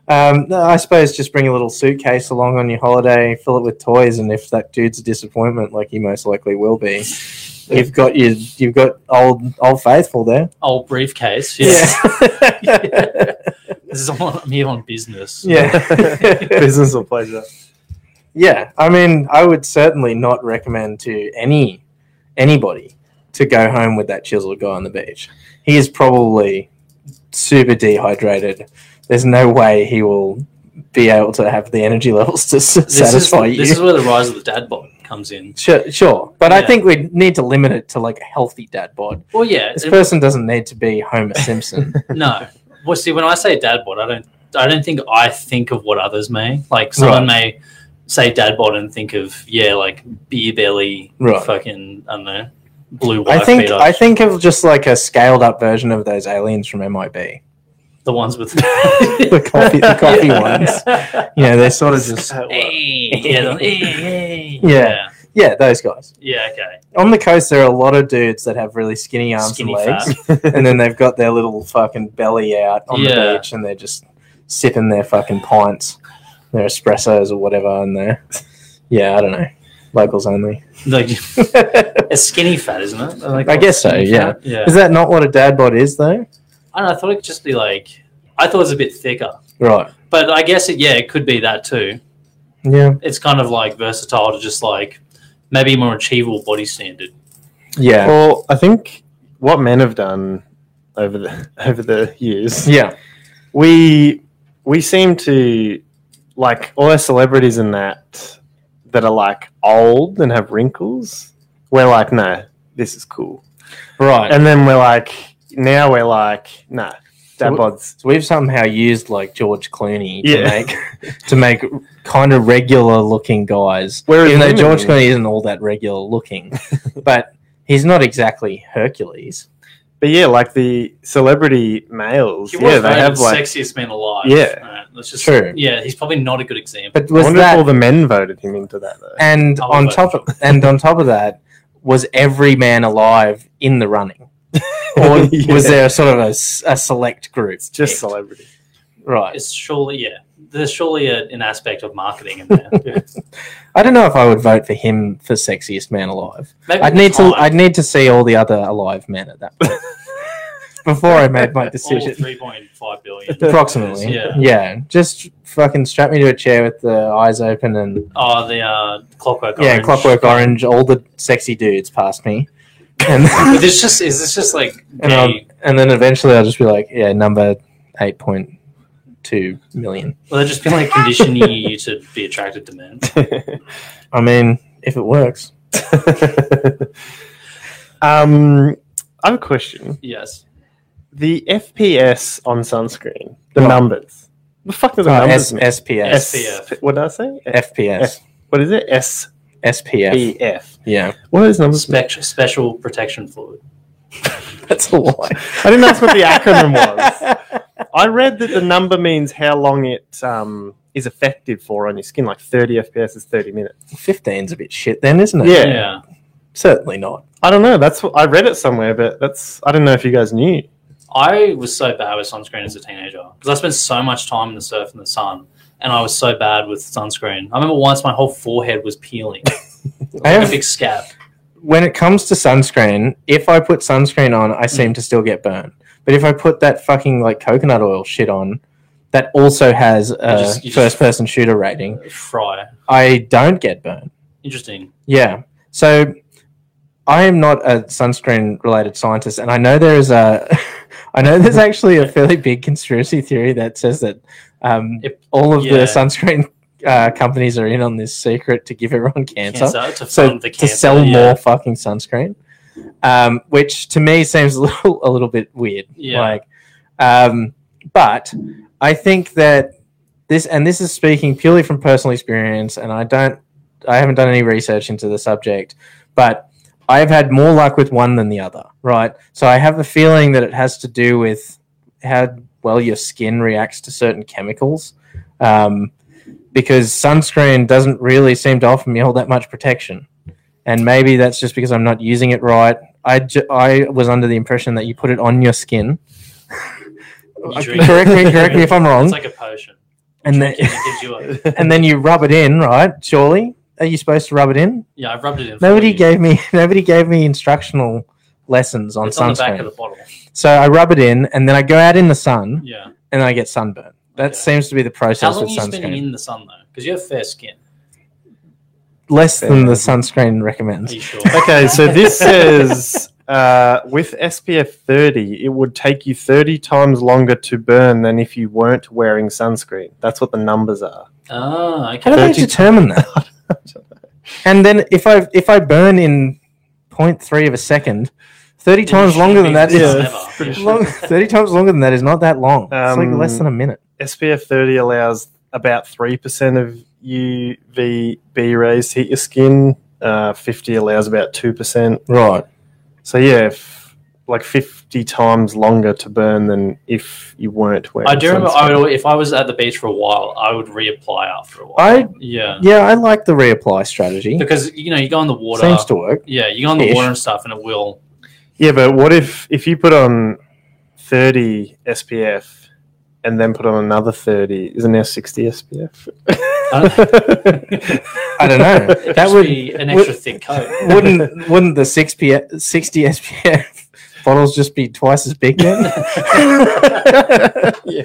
C: um, no, I suppose just bring a little suitcase along on your holiday, fill it with toys, and if that dude's a disappointment, like he most likely will be, you've got your you've got old old faithful there.
B: old briefcase. Yeah.
C: Yeah.
B: This is on, I'm here on business.
C: yeah.
D: Business or pleasure?
C: yeah. I mean, I would certainly not recommend to any anybody to go home with that chiseled guy on the beach. He is probably super dehydrated. There's no way he will be able to have the energy levels to s-
B: This
C: satisfy
B: is,
C: you.
B: This is where the rise of the dad bod comes in.
C: Sure, sure, but I
B: Yeah.
C: think we need to limit it to like a healthy dad bod.
B: Well, yeah,
C: This
B: it-
C: person doesn't need to be Homer Simpson.
B: No. Well, see, when I say dad bod, I don't, I don't think I think of what others may. Like someone may say dad bod and think of yeah, like beer belly,
C: Right.
B: fucking I don't know, blue
C: I
B: white
C: think
B: beater,
C: I think of just like a scaled up version of those aliens from MIB.
B: the ones with
C: the coffee, the coffee
D: Yeah.
C: ones. You know, they're sort of just
B: Hey, yeah, the- hey, hey.
C: Yeah. yeah, those guys.
B: yeah, okay,
C: On the coast, there are a lot of dudes that have really skinny arms
B: skinny
C: and legs,
B: fat.
C: and then they've got their little fucking belly out on
B: Yeah.
C: the beach, and they're just sipping their fucking pints, their espressos or whatever, and they're yeah, I don't know, locals only.
B: Like
C: Is
B: it's skinny fat, isn't it? Like,
C: I guess so,
B: skinny
C: yeah.
B: fat? Yeah.
C: that not what a dad bod is though?
B: I don't know. I thought it'd just be like. I thought it was a bit thicker,
C: Right.
B: but I guess it, yeah, it could be that too.
C: Yeah.
B: it's kind of like versatile to just like maybe more achievable body standard.
C: Yeah.
D: Well, I think what men have done over the over the years,
C: Yeah.
D: we we seem to like all our celebrities and that that are like old and have wrinkles. We're like, no, this is cool,
C: Right.
D: and then we're like, now we're like, no, nah, dad
C: So-
D: bods.
C: So we've somehow used like George Clooney to
D: Yeah.
C: make to make kind of regular looking guys.
D: Whereas
C: even though
D: women-
C: George Clooney isn't all that regular looking, but he's not exactly Hercules.
D: But yeah, like the celebrity males,
B: He was
D: yeah, they
B: voted
D: have like.
B: sexiest man alive.
D: Yeah.
B: Right, let's just
C: True.
B: Yeah, he's probably not a good example.
C: But
D: I
C: was
D: wonder if all
C: that
D: the men voted him into that though.
C: and
B: Oh,
C: on
B: but-
C: top of and on top of that was every man alive in the running, or
D: Yeah.
C: was there sort of a, s- a select group?
D: It's just celebrity.
C: Right.
B: It's surely yeah. There's surely a, an aspect of marketing in there. Yeah.
C: I don't know if I would vote for him for sexiest man alive.
B: Maybe
C: I'd need to.
B: time,
C: I'd need to see all the other alive men at that point before I made my
B: all
C: decision.
B: three point five billion.
C: Approximately.
B: Yeah.
C: Just fucking strap me to a chair with the eyes open and
B: Oh, the uh, clockwork.
C: yeah,
B: Orange.
C: Clockwork Orange. All the sexy dudes past me, and
B: But this just is this just like
C: and, um, I'll,
B: gay?
C: and then eventually I'll just be like, yeah, number eight point two million.
B: Well, they're just been like conditioning you to be attracted to men.
C: I mean, if it works,
D: um, I have a question.
B: Yes.
D: The FPS on sunscreen, the
C: What?
D: numbers. The fuck does the
C: Oh, S-
D: numbers mean?
C: SPS,
B: SPF.
D: What did I say?
C: FPS,
D: What is it? S
C: SPF.
D: P F.
C: Yeah,
D: What are those numbers? mean?
B: Spec- special protection fluid.
C: that's a lie.
D: I didn't ask what the acronym was. I read that the number means how long it um, is effective for on your skin. Like 30 FPS is 30 minutes.
C: Fifteen's a bit shit, then, isn't it?
D: Yeah.
B: yeah.
C: certainly not.
D: I don't know. That's what I read it somewhere, but that's I don't know if you guys knew.
B: I was so bad with sunscreen as a teenager because I spent so much time in the surf and the sun, and I was so bad with sunscreen. I remember once my whole forehead was peeling.
C: I
B: like a
C: have-
B: big scab.
C: when it comes to sunscreen, if I put sunscreen on, I seem to still get burned. But if I put that fucking like coconut oil shit on, that also has a
B: just- you just-
C: first person shooter rating,
B: Fry.
C: I don't get burned.
B: Interesting.
C: Yeah. So I am not a sunscreen related scientist, and I know there is a, I know there's actually a fairly big conspiracy theory that says that um,
B: It-
C: all of the
B: yeah.
C: sunscreen uh, companies are in on this secret to give everyone cancer,
B: to
C: so
B: fund the
C: to
B: cancer.
C: sell
B: yeah.
C: more fucking sunscreen, um, which to me seems a little a little bit weird.
B: Yeah.
C: Like, um, but I think that this, and this is speaking purely from personal experience, and I don't, I haven't done any research into the subject, but I have had more luck with one than the other, right? So I have a feeling that it has to do with how well your skin reacts to certain chemicals. Um, because sunscreen doesn't really seem to offer me all that much protection. And maybe that's just because I'm not using it right. I, ju- I was under the impression that you put it on your skin. Uh,
B: You drink it.
C: correct me, correct me if I'm wrong.
B: It's like a potion.
C: and then,
B: Drinking it gives you a,
C: and then you rub it in, right? Surely, are you supposed to rub it in?
B: yeah, I've rubbed it in. for
C: Nobody
B: you.
C: gave me nobody gave me instructional lessons on
B: It's on the back
C: sunscreen.
B: of the bottle.
C: so I rub it in, and then I go out in the sun,
B: Yeah.
C: and I get sunburned. That
B: Okay.
C: seems to be the
B: How
C: process
B: long are
C: with
B: you spending
C: sunscreen.
B: in the sun though? Because you have fair skin.
C: Less than
D: Yeah.
C: the sunscreen
B: Are
C: recommends.
B: you sure?
D: Okay, so this says uh, with SPF 30, it would take you 30 times longer to burn than if you weren't wearing sunscreen. That's what the numbers are.
B: Ah,
C: How do
B: okay.
C: they determine that? and then if I if I burn in 0.3 of a second, thirty
B: Then you
C: times
B: should
C: longer than
B: be
C: that is
D: Yeah.
B: never.
D: pretty sure.
C: long, thirty times longer than that is not that long. it's like
D: Um,
C: less than a minute.
D: SPF 30 allows about 3% of UVB rays to hit your skin. Uh, 50 allows about 2%.
C: Right.
D: So, yeah, if, like 50 times longer to burn than if you weren't wearing
B: I do remember.
D: sunscreen.
B: I would, if I was at the beach for a while, I would reapply after a while.
C: I-
B: yeah,
C: Yeah, I like the reapply strategy.
B: because you know you go in the water.
C: Seems to work.
B: yeah, you go in the
C: Ish.
B: water and stuff, and it will.
D: Yeah, but what if if you put on thirty SPF and then put on another thirty? Isn't there sixty SPF?
C: I don't know.
B: It'd uh,
C: That
B: just
C: would
B: be an
C: would-
B: extra thick coat.
C: wouldn't wouldn't the six P sixty SPF bottles just be twice as big then?
D: yeah.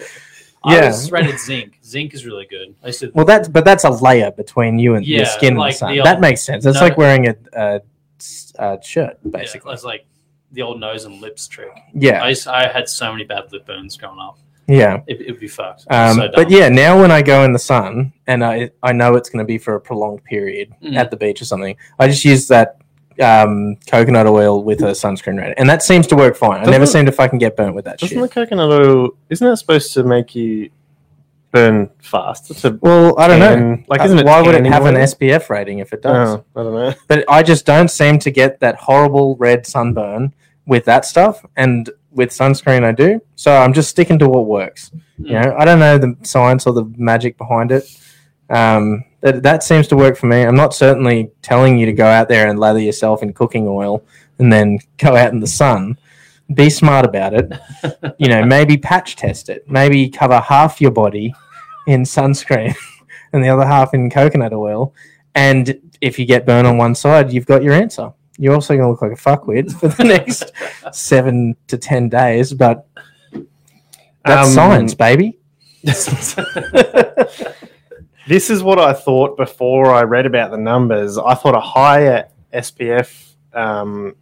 B: I
C: Yeah.
B: was rated zinc. Zinc is really good. I used to.
C: well, that's but that's a layer between you and
B: Yeah,
C: your skin and
B: like
C: the sun.
B: the
C: that
B: old-
C: makes sense. That's
B: no.
C: like wearing a, a, s- a shirt,
B: Basically,
C: basically.
B: it's like the old nose and lips trick. I
C: Yeah,
B: used, I had so many bad lip burns growing up.
C: yeah.
B: It, it'd be fucked. It was
C: Um,
B: so
C: but
B: dumb.
C: yeah, now when I go in the sun and I I know it's going to be for a prolonged period
B: Mm.
C: at the beach or something, I just use that um, coconut oil with a sunscreen red, and that seems to work fine. I never
D: Doesn't-
C: seem to fucking get burnt with that
D: Doesn't
C: shit.
D: the coconut oil isn't that supposed to make you burn faster? To
C: well, I don't know.
D: tan- Like,
C: Uh,
D: isn't it
C: why would it have an
D: tanning oil?
C: SPF rating if it does?
D: Oh, I don't know.
C: But I just don't seem to get that horrible red sunburn with that stuff, and with sunscreen I do. So I'm just sticking to what works. You
B: Mm.
C: know, I don't know the science or the magic behind it. Um, that that seems to work for me. I'm not certainly telling you to go out there and lather yourself in cooking oil and then go out in the sun. Be smart about it. You know, maybe patch test it. Maybe cover half your body in sunscreen and the other half in coconut oil. And if you get burned on one side, you've got your answer. You're also going to look like a fuckwit for the next seven to ten days, but that's
D: Um,
C: science, baby.
D: This is what I thought before I read about the numbers. I thought a higher SPF um,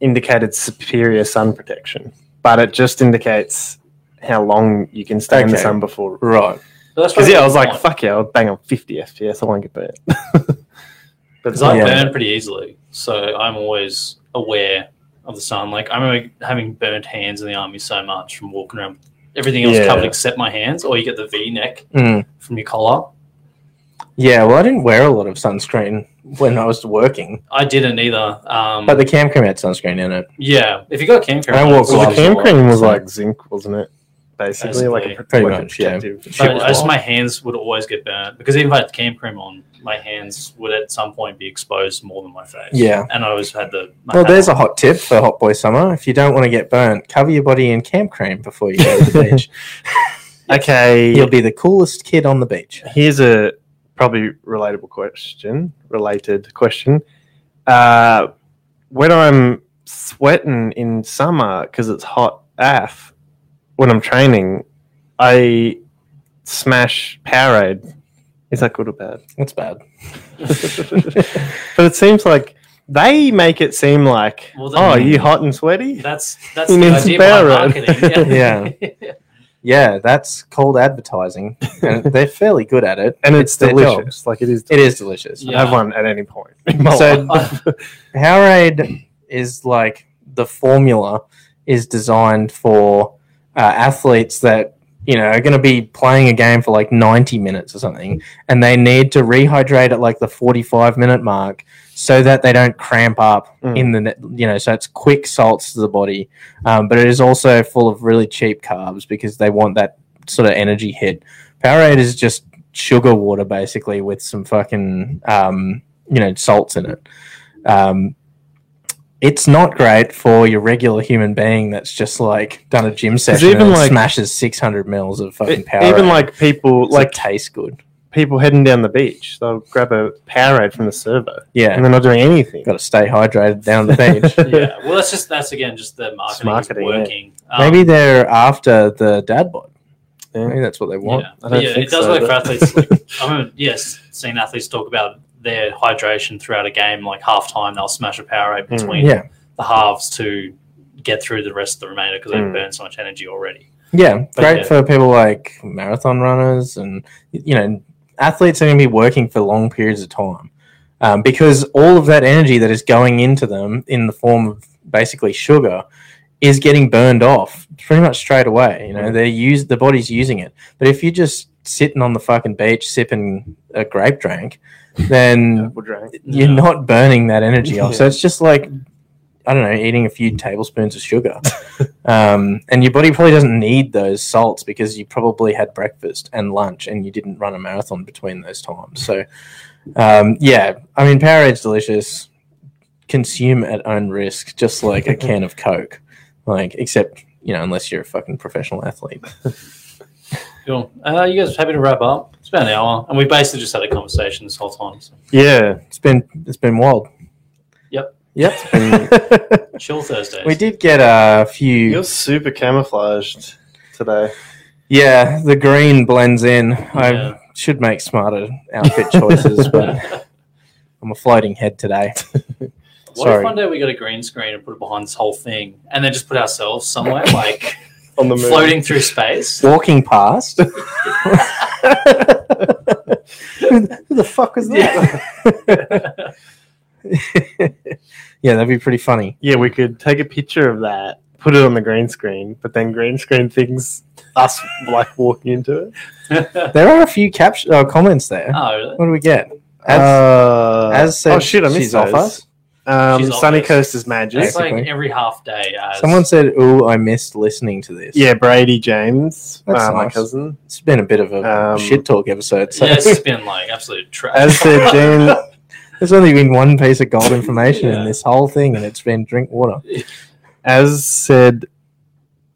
D: indicated superior sun protection, but it just indicates how long you can stay in the
C: Okay.
D: sun before.
C: Right.
B: But that's
D: Because yeah,
B: probably
D: I was
B: what
D: like,
B: want,
D: fuck yeah, I'll bang on 50 FPS. I won't get burnt. but
B: 'cause I
C: Yeah.
B: burn pretty easily, so I'm always aware of the sun. Like I remember having burnt hands in the army so much from walking around, with everything else
D: Yeah.
B: covered except my hands. Or you get the V neck
C: Mm.
B: from your collar.
C: Yeah, well, I didn't wear a lot of sunscreen when I was working,
B: I didn't either. Um,
C: but the cam cream had sunscreen in it.
B: yeah, if you got a cam camera,
C: I walk
D: well, the
C: gloves a
D: cam
C: lot,
D: cream was
C: so-
D: like zinc, wasn't it? Basically, like a,
B: Basically.
D: pro-
C: Pretty
D: like a
C: much, yeah.
D: protective-
C: But
B: But
C: Shit was
B: I just
C: wild.
B: my hands would always get burnt because even if I had cam cream on, my hands would at some point be exposed more than my face.
C: Yeah.
B: and I always had the. My
C: Well,
B: hat
C: there's a
B: on.
C: hot tip for hot boy summer. If you don't want to get burnt, cover your body in cam cream before you go to the beach.
D: Okay.
C: You'll be the coolest kid on the beach.
D: Here's a probably relatable question, related question. Uh, when I'm sweating in summer because it's hot af, when I'm training, I smash Powerade. Is that good or bad?
C: That's bad.
D: but it seems like they make it seem like,
B: Well,
D: oh, are
B: then-
D: you hot and sweaty?
B: That's that's
D: You
B: the
D: need
B: idea
D: some
B: behind marketing.
C: Yeah. Yeah, that's called advertising. and they're fairly good at it.
D: And it's,
C: their job.
D: delicious. Like it is.
C: It is delicious.
B: Yeah.
D: I have one at any point. in my
C: So-
D: life.
C: Powerade is like the formula is designed for uh, athletes that you know are going to be playing a game for like 90 minutes or something and they need to rehydrate at like the 45 minute mark so that they don't cramp up
D: Mm.
C: in the ne- you know so it's quick salts to the body um, but it is also full of really cheap carbs because they want that sort of energy hit powerade is just sugar water basically with some fucking um, you know salts in it um, it's not great for your regular human being that's just like done a gym session
D: even,
C: and
D: like-
C: smashes 600 mils of fucking
D: It-
C: power.
D: E-, even like people, like
C: e- like tastes good.
D: people heading down the beach, they'll grab a Powerade from the server, and
C: Yeah,
D: they're not doing anything.
C: got to stay hydrated down the beach.
B: yeah. Well, that's just that's again just the marketing, is
D: marketing, yeah.
B: working. Um,
C: Maybe they're after the dad bod.
D: Yeah.
C: Maybe that's what they want.
B: Yeah,
D: I don't
B: yeah
D: think
B: it does
D: so,
B: work
D: but-
B: for athletes. Like, I remember, yes, seeing athletes talk about their hydration throughout a game, like half time, they'll smash a Powerade
D: Mm.
B: between
C: Yeah,
B: the halves to get through the rest of the remainder because they've
D: Mm.
B: burned so much energy already.
C: yeah,
B: But
C: great
B: yeah.
C: for people like marathon runners and you know athletes are going to be working for long periods of time um, because all of that energy that is going into them in the form of basically sugar is getting burned off pretty much straight away. You know,
D: Mm.
C: they use the body's using it. But if you're just sitting on the fucking beach sipping a grape drink, then
D: Apple drink.
C: you're
B: No.
C: not burning that energy off. So
D: Yeah.
C: it's just like I don't know, eating a few tablespoons of sugar. um, and your body probably doesn't need those salts because you probably had breakfast and lunch and you didn't run a marathon between those times. So um, yeah, I mean Powerade's delicious. Consume at own risk, just like a can of Coke. Like except, you know, unless you're a fucking professional athlete.
B: Cool. Uh, you guys happy to wrap up? It's about an hour, and we basically just had a conversation this whole time. So.
D: Yeah.
C: It's been it's been wild.
B: Yep.
C: Yep.
B: Chill Thursdays.
C: we did get a few
D: You're super camouflaged today.
C: Yeah, the green blends in.
B: Yeah.
C: I should make smarter outfit choices, but I'm a floating head today.
B: what if
C: Sorry.
B: one day we got a green screen and put it behind this whole thing, and then just put ourselves somewhere like
D: On the moon.
B: floating through space?
C: Walking past. who, who the fuck is that? Yeah. that'd be pretty funny.
D: Yeah, we could take a picture of that, put it on the green screen, but then green screen things us like walking into it.
B: oh,
C: There are a few capt- uh, comments there.
B: really?
C: What do we get? As,
D: Uh,
C: as said,
D: oh shit, I missed
C: she's off
D: those.
C: us.
D: Um,
B: She's off
D: Sunny
B: us.
D: Coast is magic.
B: It's like
C: basically.
B: every half day. uh, As
C: Someone said, "Ooh, I missed listening to this."
D: Yeah, Brady James, uh,
C: That's
D: my
C: nice.
D: cousin.
C: it's been a bit of a
D: Um,
C: shit talk episode. So
B: yeah, it's been like absolute trash.
D: As said Jen,
C: there's only been one piece of gold information
B: Yeah.
C: in this whole thing, and it's been drink water.
D: as said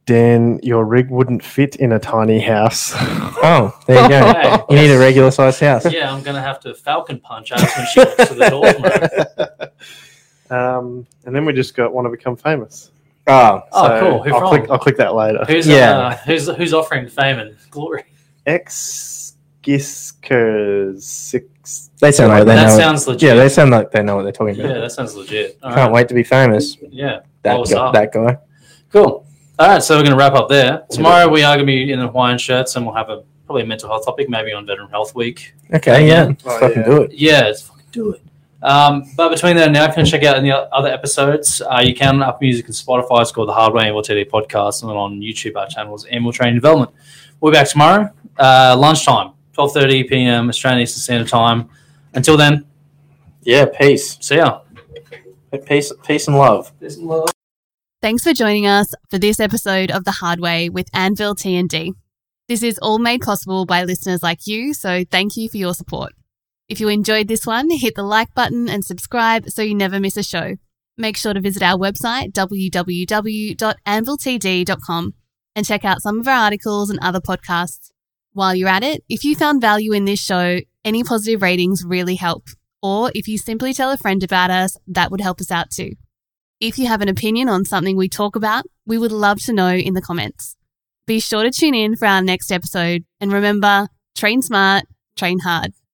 D: Dan, your rig wouldn't fit in a tiny house.
C: Oh, there you go.
B: Hey,
C: You need a regular sized house.
B: yeah, I'm gonna have to falcon punch out when she walks to the door. tomorrow.
D: um, and then we just got want to become famous.
C: Oh,
B: Oh, cool. Who
D: I'll
B: from?
D: click, I'll click that later.
B: Who's
C: Yeah.
B: uh, who's who's offering fame and glory?
D: X Giskers six.
C: they sound like they
B: that
C: know.
B: sounds
C: yeah,
B: legit.
C: they sound like they know what they're talking
B: Yeah,
C: about.
B: that sounds legit. All
C: Can't
B: right.
C: wait to be famous.
B: Yeah,
C: That
B: Blow us
C: guy,
B: up.
C: that guy.
B: cool. All right, so we're gonna wrap up there. Tomorrow we are gonna be in the Hawaiian shirts, and we'll have a probably a mental health topic, maybe on Veteran Health Week.
C: Okay,
B: Yeah.
C: yeah, let's
D: Oh,
C: fucking
D: yeah.
C: do it.
B: Yeah, let's fucking do it. Um, but between then and now, you can check out any o- other episodes. Uh, you can on Apple Music and Spotify. It's called the Hard Way Animal TV Podcast, and then on YouTube, our channel is Animal Training Development. We'll be back tomorrow, uh, lunchtime, twelve thirty p.m. Australian Eastern Standard Time. Until then,
C: Yeah, peace,
B: see ya.
C: peace, peace, and love.
A: Thanks for joining us for this episode of The Hard Way with Anvil TND. This is all made possible by listeners like you, so thank you for your support. If you enjoyed this one, hit the like button and subscribe so you never miss a show. Make sure to visit our website, www.anviltd.com, and check out some of our articles and other podcasts. While you're at it, if you found value in this show, any positive ratings really help. Or if you simply tell a friend about us, that would help us out too. If you have an opinion on something we talk about, we would love to know in the comments. Be sure to tune in for our next episode and remember train smart, train hard.